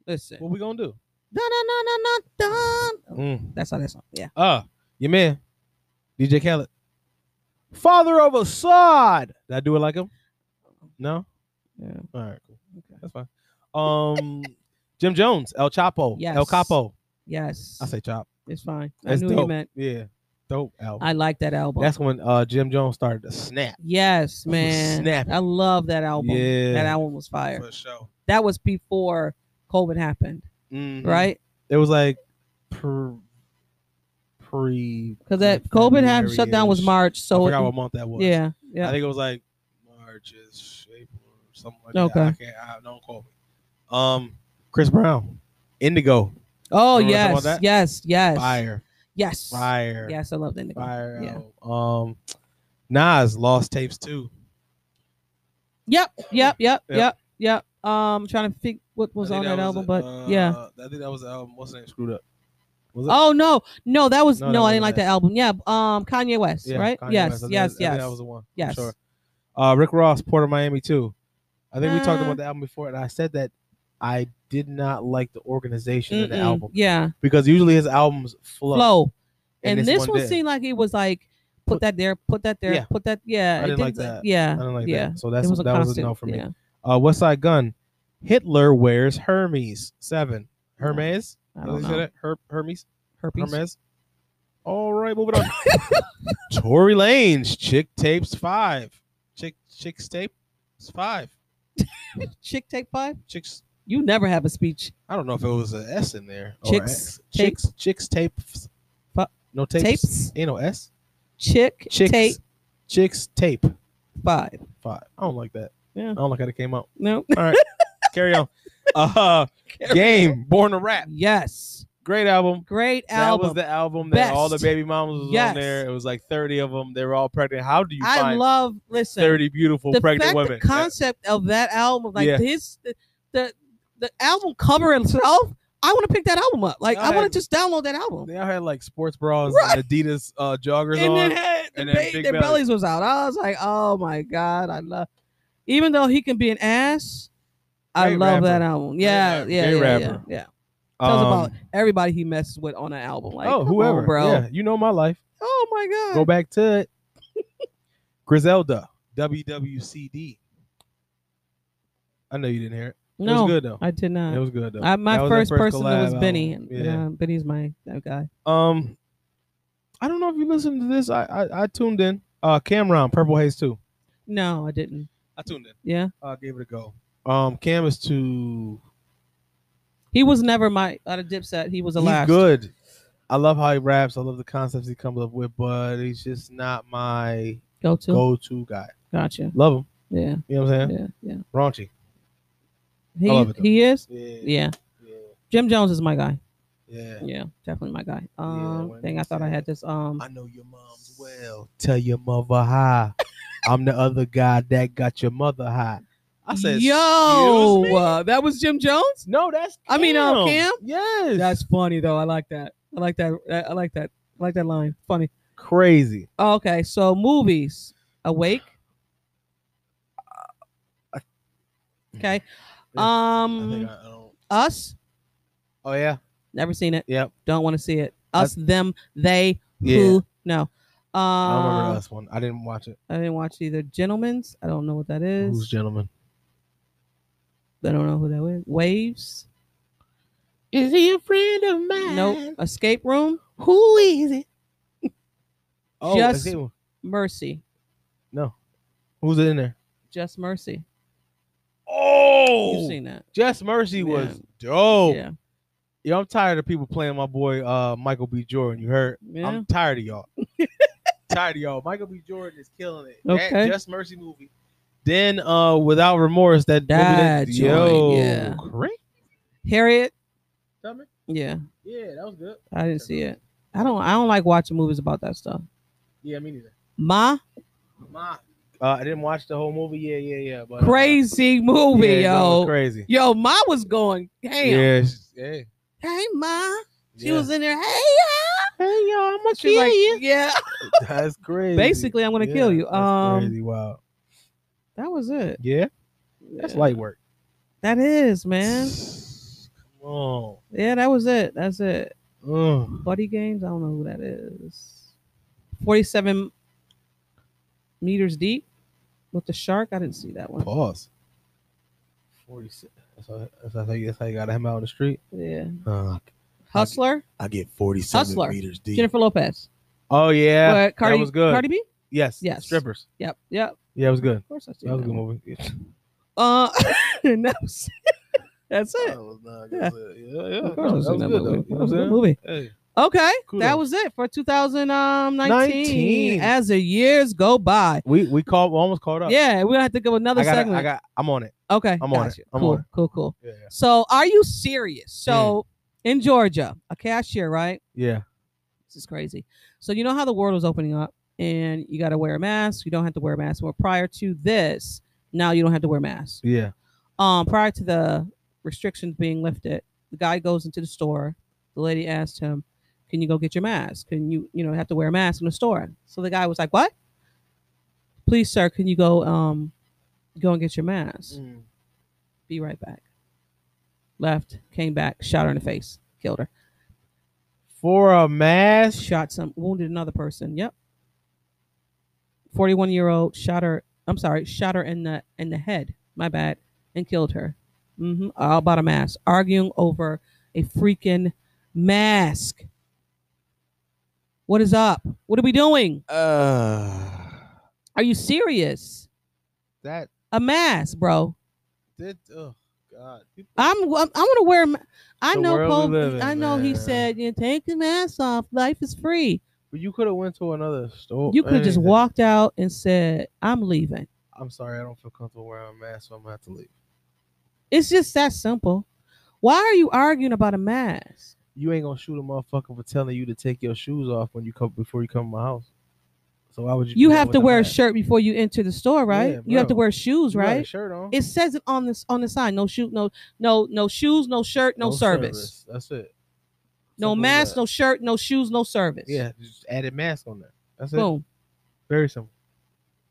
Listen.
What we gonna do?
Dun, dun, dun, dun, dun, dun.
Mm.
That's how that song. Yeah.
Uh, your man, DJ Khaled, father of Assad. Did I do it like him? No.
Yeah.
All right, cool.
Okay.
That's fine. Um, Jim Jones, El Chapo, El
Yes.
Capo.
Yes.
I say Chop.
it's fine. I
That's
knew
dope.
you meant.
Yeah, dope album.
I like that album.
That's when uh Jim Jones started to snap.
yes, man.
snapping.
I love that album.
Yeah.
That album was fire.
For sure.
That was before COVID happened,
Mhm.
right?
It was like pre pre
Because that COVID had shutdown was
March.
March,
I
so
forgot
it-
what month that was.
yeah,
I
yeah.
think it was like March, is April, or something like
Okay.
that. I can't. I, don't quote me. Um, Chris Brown, Indigo,
Oh
Remember something
yes,
about that?
yes, yes,
Fire,
yes,
Fire,
yes. I love that. nigga.
Fire.
Yeah.
album. Um, Nas lost tapes too.
Yep, yep, yep,
Yep.
yep, yep. Um, trying to think what was
I
on
think
that,
was
album,
it.
but
Uh,
yeah.
I think that was the album. What's the name? Screwed up. Was it?
Oh no, no, that was
No,
no,
that
I
wasn't
didn't like
that.
that album. Yeah, um, Kanye West,
Yeah,
right?
Kanye
yes,
West. I think
yes,
that- I
yes,
think that was the one. for
yes.
Sure. Uh, Rick Ross, Port of Miami too. I think we talked
Uh,
about the album before, and I said that I did not like the organization of the
Mm-mm,
album
Yeah,
because usually his albums flow.
flow. And, this, one,
didn't.
seemed like it was like put that there, put that there,
Yeah.
put that. Yeah,
I
it
didn't like that.
Yeah,
I didn't like
yeah.
that. So that's
it was a
that was a
constant,
no for me.
Yeah,
Uh, West Side Gun, Hitler wears Hermes seven. Hermes.
I
Did
don't
I say
know.
that? Her- Hermes.
Herpes.
Hermes. All right, moving on. Tory Lane's Chick Tapes five. Chick Chick's tape. It's five.
Chick take five.
Chicks.
You never have a speech.
I don't know if it was an S in there. or
Chicks
a- chicks, chicks tape.
Fu-
No tapes.
Tapes.
Ain't no S.
Chick
Chicks,
take
chicks tape.
five.
Five. I don't like that.
Yeah.
I don't like how it came out.
No.
All right, carry on. Uh, game born to rap.
Yes.
Great album.
Great
That
album.
was the album that all the
Best.
baby mamas was
Yes.
on there. It was like thirty of them. They were all pregnant. How do you
I
find
love. Listen.
thirty beautiful
the
pregnant
fact
women?
the concept of that album like
Yeah.
his the, the the album cover itself i want to pick that album up like
Go
i want
ahead.
to just download that album
they all had like sports bras
Right.
and Adidas uh, joggers
and
on.
then had the
and then
ba-
Big
their
Belly.
bellies was out i was like oh my god i love even though he can be an ass i
Great
love
rapper.
that album yeah
rapper.
yeah
Great
yeah, yeah
rapper.
yeah tells
Um,
about everybody he messes with on an album like
oh,
come on,
whoever,
bro
Yeah, you know my life.
oh my
Go
god
back to it. Griselda, WWCD. I know you didn't hear it. It
no
was good though.
i did
it
not
was good though.
I, my
That was their
first, person that
collab
was Benny.
album.
Yeah. Benny's my that guy.
Um, I don't know if you listened to this. I I, I tuned in. Uh, Cameron, Purple Haze too.
No, I didn't.
I tuned in.
Yeah.
I gave it a go. Um, Cam is too.
He was never my out of Dipset. He was the
he's
last.
good. I love how he raps. I love the concepts he comes up with, but he's just not my
Go to.
go-to guy.
Gotcha.
Love him.
Yeah.
You know what I'm saying?
Yeah. Yeah.
Raunchy.
He
love it, though.
he is.
Yeah.
Yeah.
Yeah.
Jim Jones is my guy.
Yeah.
Yeah, definitely my guy.
Yeah,
Um,
when
thing I
it's
thought I
him.
had this. Um,
I know your mom's well. Tell your mother hi. I'm the other guy that got your mother high. I said,
yo,
"Excuse me?"
uh, that was Jim Jones.
no, that's
I mean, uh, Cam?
Yes,
That's funny though. I like that. I like that. I I like that. I like that line. Funny.
crazy.
Okay, so movies. Awake.
Uh,
Okay.
I
Um
Mm-hmm.
think I, I don't.
Us.
Oh yeah.
Never seen it.
Yep.
Don't want to see it.
I-
Us, them, they,
Yeah.
who, no. Um
I remember this one. I didn't watch it.
I didn't watch either. Gentlemen's. I don't know what that is.
Who's gentleman?
I don't know who that is. Waves.
Is he a friend of mine?
Nope. Escape Room.
Who is it? Oh,
Just-
Just...
Mercy.
no. Who's in there?
Just Mercy. You've
Oh,
seen that.
Just Mercy
Yeah.
was dope.
Yeah.
Yo, I'm tired of people playing my boy uh Michael B. Jordan. You heard?
Yeah.
I'm tired of y'all. tired of y'all. Michael B. Jordan is killing it.
Okay.
That Just Mercy movie. Then uh Without Remorse, that
That
movie that,
joint,
yo,
yeah.
great.
Harriet.
Tell me.
Yeah.
Yeah, that was good.
I didn't see it. I don't I don't like watching movies about that stuff.
Yeah, me neither.
My
My
Uh, I didn't watch the whole movie. Yeah, yeah, yeah. But, uh,
crazy movie,
yeah, that was
yo.
crazy.
Yo, Ma was going, damn.
Yeah, she- hey,
Hey, Ma. She
yeah.
was in there, hey, yeah.
Hey, yo, I'm gonna
She like, yeah.
That's crazy.
Basically, I'm gonna kill you.
that's
Um,
crazy. Wow.
That was it.
Yeah, that's
Yeah.
light work.
That is, man.
Come on. Mm.
Yeah, that was it. That's it.
Ugh.
Buddy Games, I don't know who that is. 47 meters deep with the shark. I didn't see that one.
Pause. Forty-six. That's how, that's how, you, that's how you got him out on the street.
Yeah.
Uh,
Hustler,
I get forty-seven
Hustler.
meters deep.
Jennifer Lopez.
Oh yeah,
What, Cardi,
that was good.
Cardi B?
yes,
Yes.
Strippers.
Yep. Yep. Of
Yeah, it was good.
course I see
That was a good movie. Yeah.
Uh, and that was- that's it.
that was not good. Yeah, yeah.
Of course,
no, that
I've
was
seen that,
good,
movie.
though. You
That
know
was a
what
good
I'm
movie.
Hey,
Okay, that
Kudos.
was it for 2019.
19.
As the years go by,
we we called. We almost called up.
yeah, we're gonna have to go another
I got.
segment.
I got. I'm on it.
okay,
I'm on it.
gotcha.
I'm
cool,
on it.
cool, cool.
Yeah. Mm.
So, are you serious? So, in Georgia, a cashier, right?
Yeah.
This is crazy. So you know how the world was opening up and you got to wear a mask. You don't have to wear a mask. Well, prior to this, now you don't have to wear a mask.
Yeah.
Um, prior to the restrictions being lifted, the guy goes into the store. The lady asked him, "Can you go get your mask? Can you, you know, have to wear a mask in the store?" So the guy was like, "What? Please, sir, can you go, um, go and get your mask?
Mm.
Be right back." Left, came back, shot her in the face, killed her.
For a mask.
shot some wounded another person. Yep. 41 year old shot her I'm sorry, shot her in the in the head. My bad. And killed her. Mm-hmm. All about a mask. Arguing over a freaking mask. What is up? What are we doing?
Uh,
Are you serious?
that
A mask, bro.
did. Oh God. People-
I'm I'm, I'm gonna wear. a ma- I
The
know.
world
Cole,
we live in,
I know. He
man.
said, "You take the mask off. Life is free."
But you could have went to another store.
You could have just
anything.
walked out and said, "I'm leaving."
I'm sorry, I don't feel comfortable wearing a mask, so I'm gonna have to leave.
It's just that simple. Why are you arguing about a mask?
You ain't gonna shoot a motherfucker for telling you to take your shoes off when you come before you come to my house. So why would you? do
You
that
have
with
to wear a
mask?
shirt before you enter the store, right?
Yeah,
you have to
bro.
wear shoes,
You got a
right?
shirt on.
It says it on this on the sign. No shoe, no no no shoes, no shirt, no, service.
service. That's it.
No
Simple as
mask,
that.
no shirt, no shoes, no service.
Yeah, just added mask on there. That's it.
Boom.
Very simple.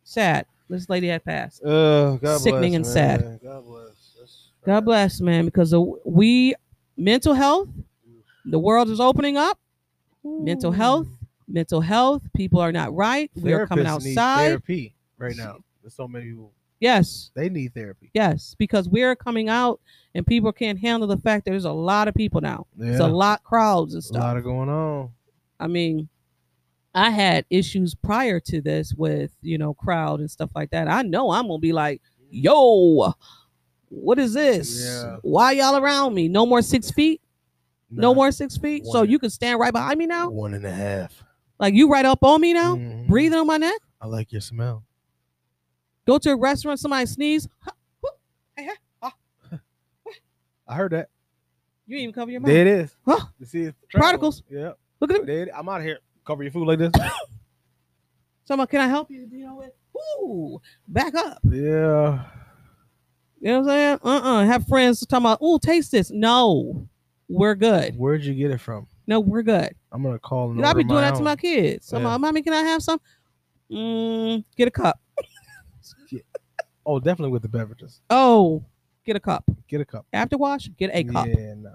Sad. This lady had passed.
Uh,
God Sickening bless, and
sad.
man.
God bless.
God bless, man, because the, we mental health, the world is opening up. Mental health, mental health. People are not right. We are coming
Therapists need
outside.
Therapy right now. There's so many people.
Yes.
They need therapy.
Yes, because we're coming out and people can't handle the fact that there's a lot of people now.
Yeah.
It's a lot crowds and
a
stuff.
lot of going on.
I mean, I had issues prior to this with, you know, crowd and stuff like that. I know I'm going to be like, "Yo, what is this?
Yeah.
Why y'all around me? No more 6 feet? No,
Nah.
more 6 feet? So
One.
you can stand right behind me now?
One and a half.
Like you right up on me now?
Mhm.
Breathing on my neck?
I like your smell.
Go to a restaurant, somebody sneeze,
I heard that.
you ain't even cover your mouth.
There it is.
Huh?
You see it?
Prodigals.
Yep.
Look at him.
There it- I'm out of here. Cover your food like this.
Someone, can I help you? You know what? Ooh, back up.
yeah.
You know what I'm Uh-uh. saying? Uh uh Have friends talking about, oh, taste this. No, we're good.
Where'd you get it from?
No, we're good.
I'm gonna call. And
I'll be
order
doing that to
own.
my kids. So I'm
Yeah.
like, mommy, can I have some? Mm, get a cup.
Oh, definitely with the beverages.
Oh, get a cup.
Get a cup.
After wash, get a cup.
Yeah, no.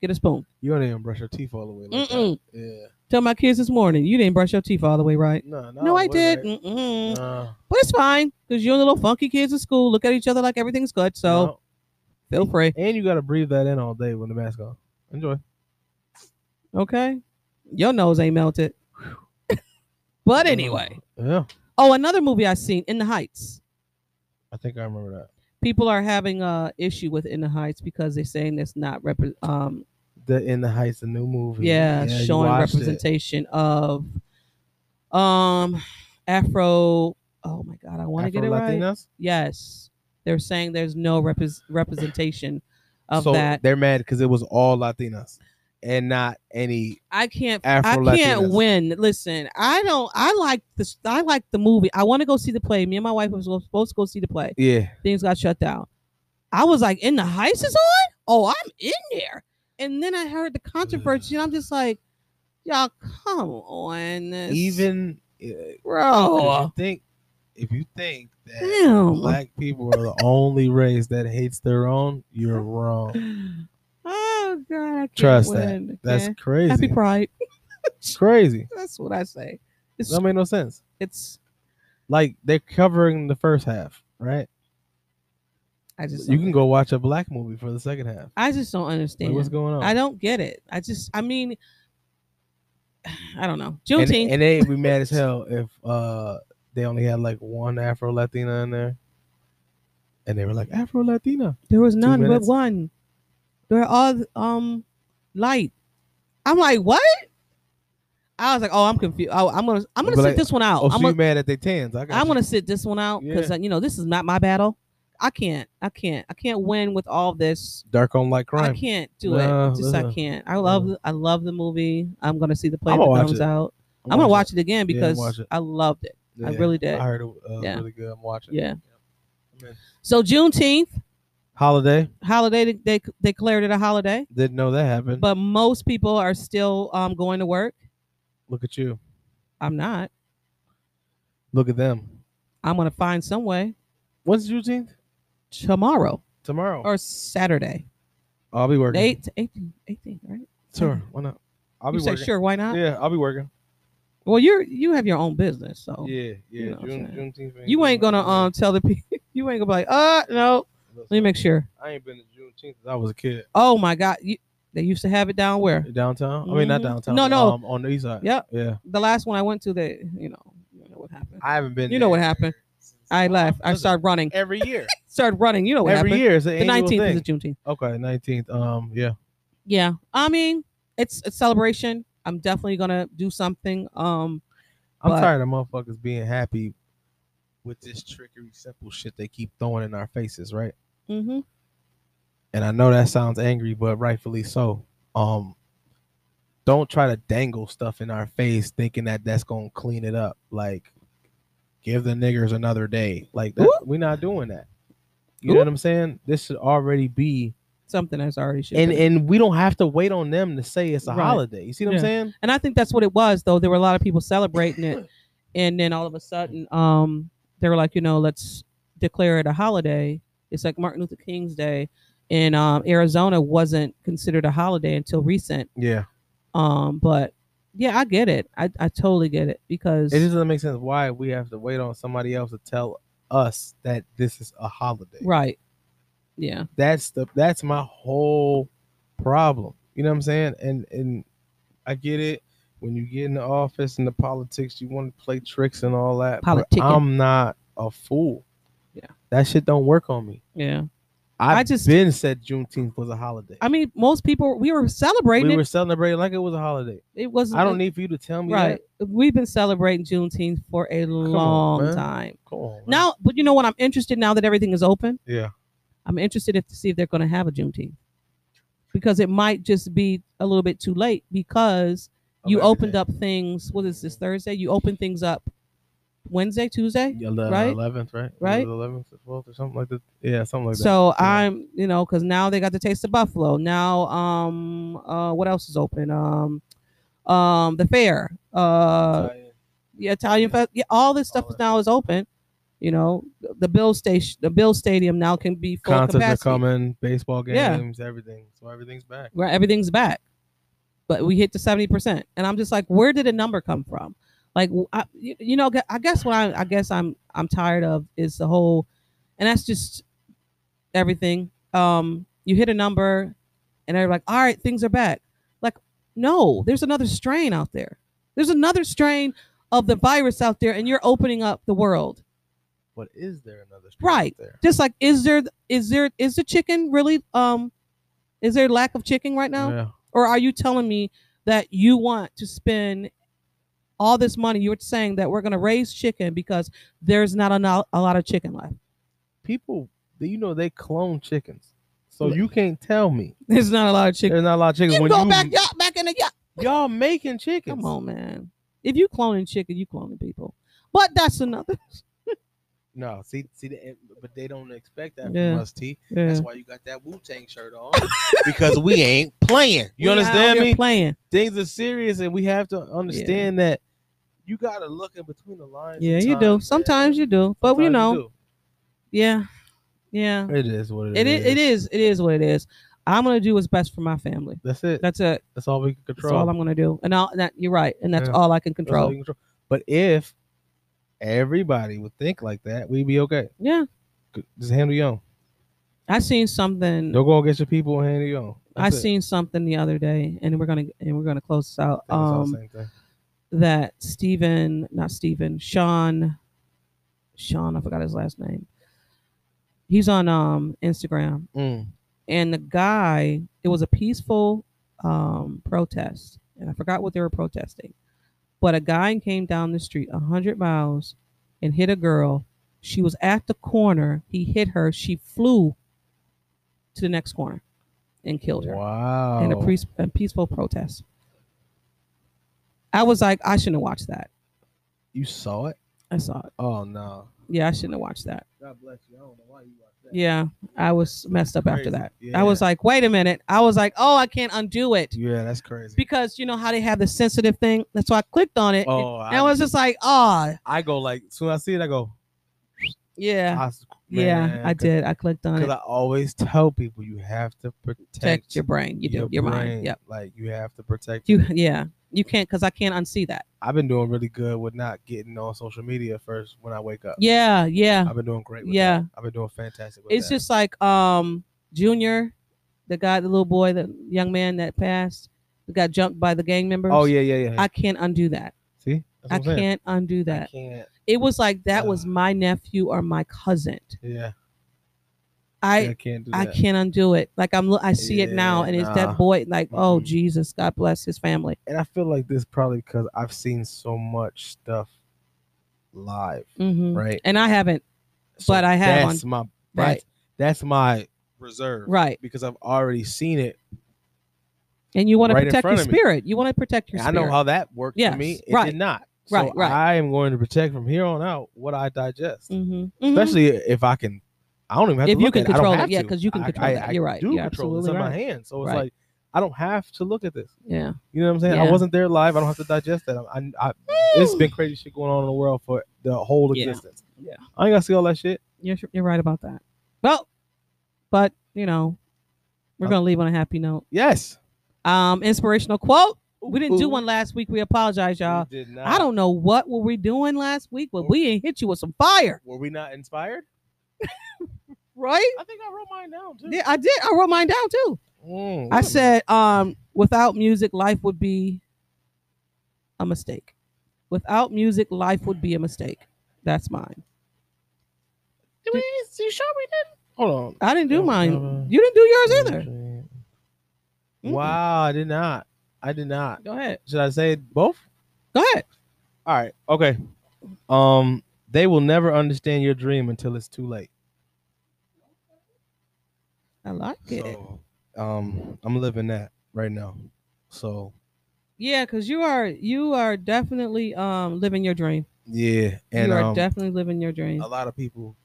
Get a spoon.
You don't even brush your teeth all the way. Like that.
Mm-mm.
Yeah.
Tell my kids this morning, you didn't brush your teeth all the way right.
No, no.
No, I
wait,
did. Mm.
wait.
Mm-mm.
Nah,
But it's fine because you and the little funky kids at school look at each other like everything's good. So
no.
feel free.
and you gotta breathe that in all day when the mask on. Enjoy.
Okay. Your nose ain't melted. but anyway.
Yeah,
Oh, another movie I seen, In the Heights.
I think I remember that.
People are having a issue with In the Heights because they're saying that's not rep- um
The In the Heights, the new movie.
yeah,
Mm-hmm. you
showing
watched it.
representation of um Afro oh my god, I want to get it right.
Afro-Latinas?
Yes. They're saying there's no repres representation of
so
that.
They're mad because it was all Latinas and not any.
I can't. I
Afro-Latinas.
can't win. Listen, I don't. I like this. I like the movie. I want to go see the play. Me and my wife was supposed to go see the play.
Yeah,
Things got shut down. I was like, "In the heist is on? Oh, I'm in there." And then I heard the
Mm.
controversy, and I'm just like, "Y'all, come on, this-
even uh, if
bro."
you think if you think that
Damn.
black people are the only race that hates their own, you're wrong.
Oh God, I can't
Trust that.
win.
That's
man.
crazy.
happy pride.
It's crazy.
That's what I say. It's
That made no sense.
it's.
Like they're covering the first half, right?
I just
You
don't-
can go watch a black movie for the second half.
I just don't
Like,
understand.
what's going on?
I don't get it. I just, I mean, I don't know.
and,
Juneteenth.
and they'd be mad as hell if uh they only had like one Afro Latina in there, and they were like Afro Latina.
there was none but
minutes.
one. They're all um light. I'm like, what? I was like, oh, I'm confused. Oh, I'm gonna, I'm gonna
But
sit
like,
this one out.
Oh, so
I'm,
you
gonna,
mad at they tans? I got
I'm
you.
gonna sit this one out because
Yeah.
you know this is not my battle. I can't, I can't, I can't win with all this.
dark on like
I
crime.
can't do
No,
it. Just I
uh-uh.
can't. I love, I love the movie. I'm gonna see the play
I'm
when
gonna
it
watch
comes
it.
out. I'm gonna watch it again
Yeah,
because
watch it.
I loved it.
it.
I
Yeah,
really did.
I heard it uh,
Yeah.
really good. I'm watching.
Yeah.
Okay.
So Juneteenth
Holiday
holiday, they they declared it a holiday,
didn't know that happened.
but most people are still um, going to work.
Look at you.
I'm not.
Look at them.
I'm gonna find some way
When's Juneteenth?
tomorrow
Tomorrow.
or Saturday.
I'll be working.
Eight, 18, 18, right?
Sure. Why not? I'll be
you say
working.
sure? Why not?
Yeah, I'll be working.
Well, you're you have your own business, so
Yeah, yeah.
Oh, You know what I'm
June,
saying.
Juneteenth.
you ain't gonna um tell the people. You ain't gonna be like, uh, no.
Listen,
Let me make sure.
I ain't been to Juneteenth since I was a kid.
Oh my God, you, they used to have it down where
Downtown? I mean, not
Mhm.
downtown.
No, no.
Um, on the east side.
Yep.
Yeah.
the last one I went to. They, you know, you know what happened.
I haven't been.
You know what
there
happened.
since-
I left. I
Listen,
started running.
every year.
Started running. You know what
every
happened.
year. It's an
The
annual
19th
thing.
is a Juneteenth.
okay, nineteenth. Um, yeah.
yeah i mean it's a celebration i'm definitely gonna do something um
I'm
But-
tired of motherfuckers being happy with this trickery, simple shit they keep throwing in our faces, right?
mhm.
And I know that sounds angry, but rightfully so. Um, don't try to dangle stuff in our face, thinking that that's gonna clean it up. Like, give the niggers another day. Like, that, we're not doing that. You know
Ooh.
what I'm saying? This should already be,
something that's already shipped
and
and,
and we don't have to wait on them to say it's a
Right.
holiday. You see what
Yeah.
I'm saying?
and i think that's what it was though there were a lot of people celebrating it and then all of a sudden um they were like you know let's declare it a holiday it's like martin luther king's day and um arizona wasn't considered a holiday until recent
Yeah.
um but yeah i get it i, I totally get it because
It just doesn't make sense why we have to wait on somebody else to tell us that this is a holiday.
right yeah
That's the that's my whole problem. You know what I'm saying? And and I get it. When you get in the office and the politics, you want to play tricks and all that. but
Politicking.
I'm not a fool.
Yeah.
That shit don't work on me.
yeah
I've
I just-
been said Juneteenth was a holiday.
i mean most people we were celebrating
we
it.
were celebrating like it was a holiday.
it wasn't
I don't need for you to tell me
right.
that.
We've been celebrating Juneteenth for a
on,
long
man.
time.
Come on. man.
Now, but you know what? I'm interested now that everything is open.
Yeah.
I'm interested if, to see if they're going to have a Juneteenth because it might just be a little bit too
Oh,
late because you opened up things. What is this Thursday? You opened things up Wednesday, Tuesday. Right?
Eleventh, right?
Right?
Eleventh, twelfth, or something like that. Yeah, something like that.
So
Yeah.
I'm, you know, because now they got the taste of Buffalo. Now, um, uh, what else is open? Um, um, the fair, uh,
Italian.
the Italian, fest, yeah, all this stuff
All that.
now is open. You know, the- the Bill station, the Bill Stadium now can be full
concerts are
capacity.
coming, baseball
Yeah.
games, everything. So everything's back.
where everything's back, but we hit the seventy percent, and I'm just like, where did the number come from? Like, w- I, you you know, I guess what I, I guess I'm I'm tired of is the whole, and that's just everything. Um, you hit a number, and they're like, all right, things are back. Like, no, there's another strain out there. There's another strain of the virus out there, and you're opening up the world
But is there another street
Right.
there?
just like is there is there is the chicken really um is there lack of chicken right now
Yeah.
or are you telling me that you want to spend all this money you're saying that we're going to raise chicken because there's not a, a lot of chicken left
People, they- you know, they clone chickens. So you can't tell me
there's not a lot of chicken
there's not a lot of chicken
you
when
go
you
back yeah, back in the yeah.
y'all making chickens.
come on man if you cloning chicken you cloning people but that's another
No, see, see, the, eh, but they don't expect that
Yeah.
from us, T.
yeah.
That's why you got that Wu Tang shirt on because we ain't playing.
You
We out
understand
here
me?
playing
Things are serious, and we have to understand that you gotta look in between the lines.
yeah you do sometimes you do but you know yeah yeah
it is what
it is, it
is.
is it is what it is i'm gonna do what's best for my family
That's it.
that's it
That's all we can
that's
control.
all i'm gonna do and I'll, that you're right and that's
Yeah.
all i can
That's all
control
we can control. But if everybody would think like that, we'd be okay.
yeah
Good. Just handle your own.
i seen something
Don't go and get your people and handle your own.
i
That's it.
seen something the other day and we're gonna and we're gonna close this out
I think it's all the
um
same thing.
that Stephen, not Stephen, Sean, Sean, I forgot his last name. He's on um Instagram,
Mm.
and the guy, it was a peaceful um protest, and I forgot what they were protesting, but a guy came down the street a hundred miles and hit a girl. She was at the corner. He hit her. She flew to the next corner and killed her
Wow.
and a, pre- a peaceful protest. I was like, I shouldn't have watched that.
you saw it?
I saw it.
Oh no.
Yeah, I shouldn't have watched that.
God bless you. I don't know why you watch that.
Yeah, I was messed up after
Crazy.
that.
Yeah.
I was like, wait a minute. I was like, oh, I can't undo it
Yeah, that's crazy.
because you know how they have the sensitive thing. That's why I clicked on it.
oh,
and I was just like, oh,
I go like soon as I see it, I go.
yeah,
I,
yeah. I did. I clicked on
Because
it.
Ah, I always tell people you have to protect,
Protect your brain. You do your mind. Yep.
Like you have to protect.
You yeah. You can't because I can't unsee that.
I've been doing really good with not getting on social media first when I wake up.
Yeah, yeah.
I've been doing great. With
Yeah.
that. I've been doing fantastic. With
it's
that.
just like um junior the guy the little boy the young man that passed that got jumped by the gang members
Oh yeah, yeah, yeah.
i can't undo that
see, That's what
i
I'm saying.
can't undo
I
that
can't.
it was like that was
Ugh.
my nephew or my cousin
Yeah,
i
yeah, I can't do that.
i can't undo it like i'm lo- i see it now
Yeah,
and it's
nah. Mm-hmm.
that boy like oh
Mm-mm.
jesus god bless his family
And I feel like this probably because I've seen so much stuff live,
hmm
right?
and i haven't
So
But I have
That's my
Right.
right. That's my reserve,
Right.
Because I've already seen it.
and you want
Right in
to protect your
front of me.
spirit you want to protect your
And I
spirit
know how that worked for me.
Yes,
It
right.
did not. So
Right, right.
I am going to protect from here on out what I digest,
Mhm. Mhm.
especially if I can. I don't even have
If
to
you
look
can
at it. I don't
control it.
have
Yeah,
to.
'cause you can
I-
control
I-
that.
I
You're right.
do
You're
control it. It's in
absolutely
my
right.
hands, so it's
Right.
like I don't have to look at this.
yeah
You know what I'm saying? I
Yeah.
wasn't there live. I don't have to digest that. I, I, I it's been crazy shit going on in the world for the whole
Yeah.
existence.
Yeah.
I ain't gotta see all that shit.
You're, you're right about that. Well, but you know, we're
Uh,
gonna leave on a happy note.
Yes.
Um, inspirational quote. We didn't do
Ooh.
one last week. We apologize, y'all.
We did not,
I don't know what were we doing last week, but we ain't hit you with some fire,
Were we not inspired?
right?
I think I wrote mine down too.
Yeah, I did. I wrote mine down too.
Mm,
I
what a-
said, um, without music, life would be a mistake. Without music, life would be a mistake. That's mine.
Did we- you sure we did? Hold on.
I didn't do
Yeah,
mine.
uh,
you didn't do yours either. Mm. Mm-mm.
Wow, I did not. I did not.
Go ahead.
Should I say it both?
Go ahead.
All right. Okay. Um, they will never understand your dream until it's too late.
I like it.
So, um, I'm living that right now. So
Yeah, because you are you are definitely um living your dream.
Yeah, and
you are
um,
definitely living your dream.
a lot of people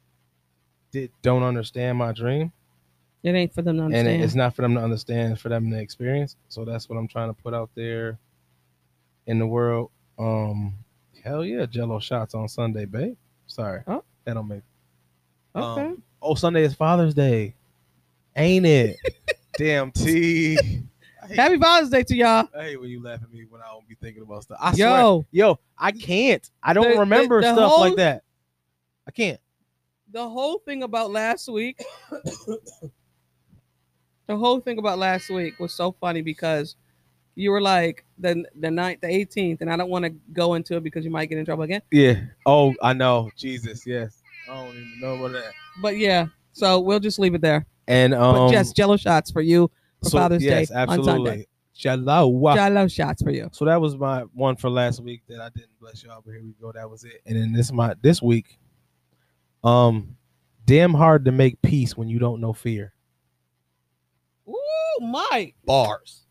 did don't understand my dream,
It ain't for them to
and
understand.
it- it's not for them to understand, it's for them to experience. So that's what I'm trying to put out there in the world. Um, hell yeah, Jello shots on Sunday, babe. Sorry,
Oh.
that don't make.
okay.
um,
Oh, Sunday is Father's Day, ain't it?
Damn T. I hate,
Happy Father's Day to y'all.
I hate when you laugh at me when I don't be thinking about stuff. I swear.
Yo,
Yo, I can't. I don't
The- the-
remember
the
stuff
whole-
like that. I can't.
the whole thing about last week, the whole thing about last week was so funny because you were like the the ninth, the 18th, and I don't want to go into it because you might get in trouble again.
Yeah. Oh, I know.
Jesus, yes. I don't even know about that.
But yeah, so we'll just leave it there.
And um,
but yes, Jello shots for you for Father's Day on Sunday.
Jello.
Jello shots for you.
So that was my one for last week that I didn't bless y'all, but here we go. That was it. And then this my this week. Um, damn hard to make peace when you don't know fear.
Ooh, Mike,
Bars.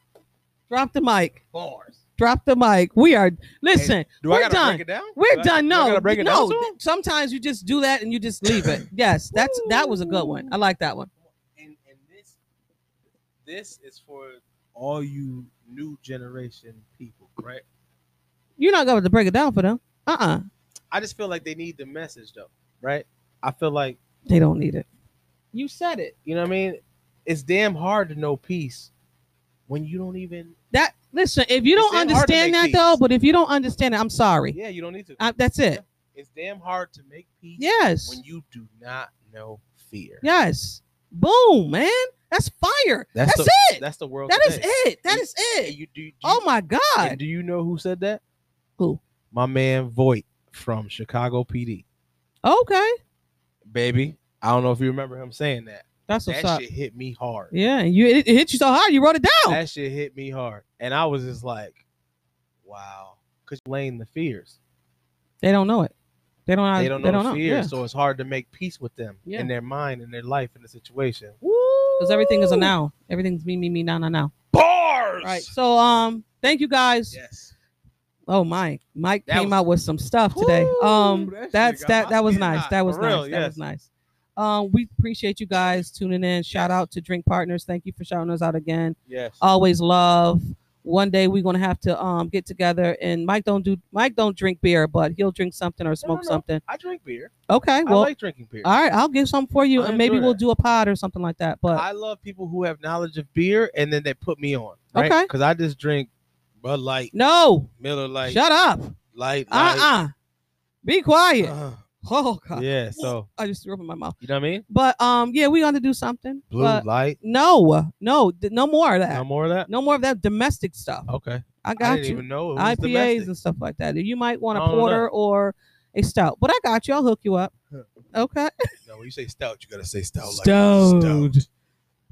drop the mic.
Bars.
Drop the mic. We are listen.
Do
We're
I gotta
done.
break it down?
We're
Do I-
done.
do I
No,
gotta break it down
no.
to 'em?
th- Sometimes you just do that and you just leave it. Yes, that's that was a good one. I like that one.
and and this this is for all you new generation people, right?
You're not going to break it down for them. Uh uh
I just feel like they need the message though.
Right? I feel like
They don't need it. You said it.
you know what I mean. It's damn hard to know peace when you don't even.
That listen. If you don't
It's damn hard to
understand that
make
though,
peace.
but if you don't understand it, I'm sorry.
Yeah, you don't need to.
I, that's it.
it's damn hard to make peace
Yes.
when you do not know fear.
Yes. Boom, man. That's fire.
That's
That's,
the-
it.
That's the world.
That is
today.
it. That
You-
is it.
And you do. do
Oh my
and
God.
do you know who said that?
Who?
My man Voight from Chicago PD.
Okay.
Baby, I don't know if you remember him saying that.
That's what's
That
up.
shit hit me hard.
Yeah, and you it, it hit you so hard you wrote it down.
That shit hit me hard. And I was just like, wow. Because you lane the fears.
They don't know it. They don't.
They don't know
they don't
the
know.
fears.
Yeah.
So it's hard to make peace with them
Yeah.
in their mind, in their life, in the situation.
Because everything is a
Woo!
now. Everything's me, me, me, now, now, now.
Bars.
All right. So um, thank you guys.
Yes.
Oh my, Mike
That
came
was-
out with some stuff today.
Woo,
um,
that shit
that's
got
that
my
that was
skin
nice.
hot,
That was
for real,
nice. That was
yes.
nice. Um, we appreciate you guys tuning in. Shout out to Drink Partners. Thank you for shouting us out again.
Yes.
Always love. One day we're gonna have to um get together and Mike don't do Mike don't drink beer, but he'll drink something or smoke
no.
something.
I drink beer.
Okay, well,
I like drinking beer.
all right, I'll give some for you,
I
and maybe
enjoy
we'll
that.
do a pod or something like that. But
I love people who have knowledge of beer and then they put me on. Right?
Okay.
Because I just drink Bud Light,
no,
Miller Light,
shut up.
Light,
Uh
Light.
uh Be quiet.
Ugh.
oh god,
Uh, Yeah. So,
I just threw up in my mouth.
you know what I mean?
But um, yeah, we gonna do something.
Blue
But
Light.
no, no, th- no more of that.
No more of that?
No more of that domestic stuff.
Okay.
I
I
got
didn't
you.
even know. It was
IPAs
domestic.
and stuff like that. You might want a
I don't know
porter
that.
or a stout, but I got you. I'll hook you up. Okay.
No, when you say stout, you gotta say stout.
Stout.
Like stout.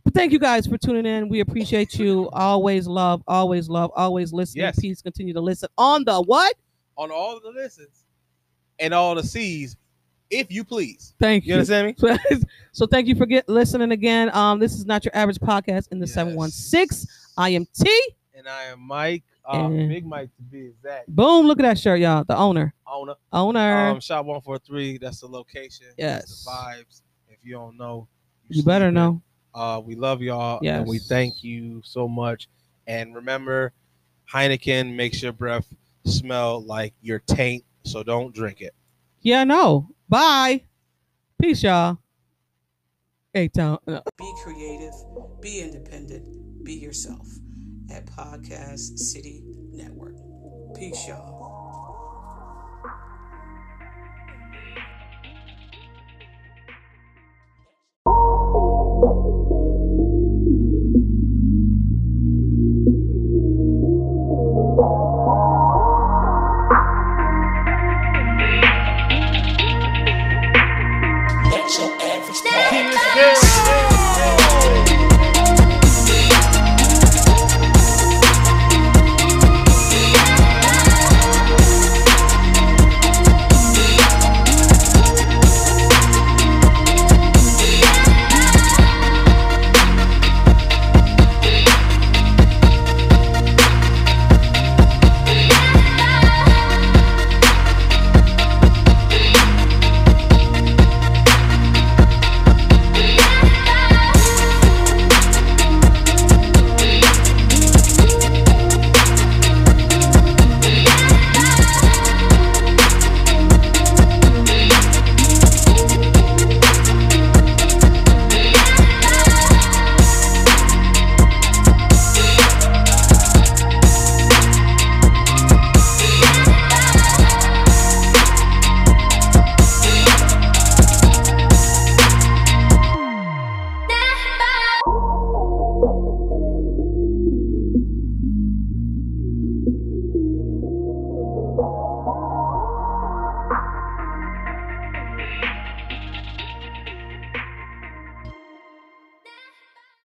But thank you guys for tuning in. We appreciate you. Always love, always love, always listening.
Yes.
Please continue to listen on the what?
On all the listens and all the C's, if you please.
Thank
You
you.
understand me?
So, so thank you for get, listening again. Um, this is not your average podcast in the
Yes.
716. I am T.
and I am Mike, uh,
And-
Big Mike to be exact,
Boom. Look at that shirt, y'all. The owner.
owner.
Owner.
Um, Shop One Four Three. That's the location. that's
Yes.
the vibes. If you don't know,
you better
sleeping.
know.
Uh, we love y'all, and we
Yes.
thank you so much. And remember, Heineken makes your breath smell like your taint, so don't drink it.
Yeah, no. Bye. Peace, y'all. Hey, Tom. uh, No.
Be creative, be independent, be yourself at Podcast City Network. Peace, y'all.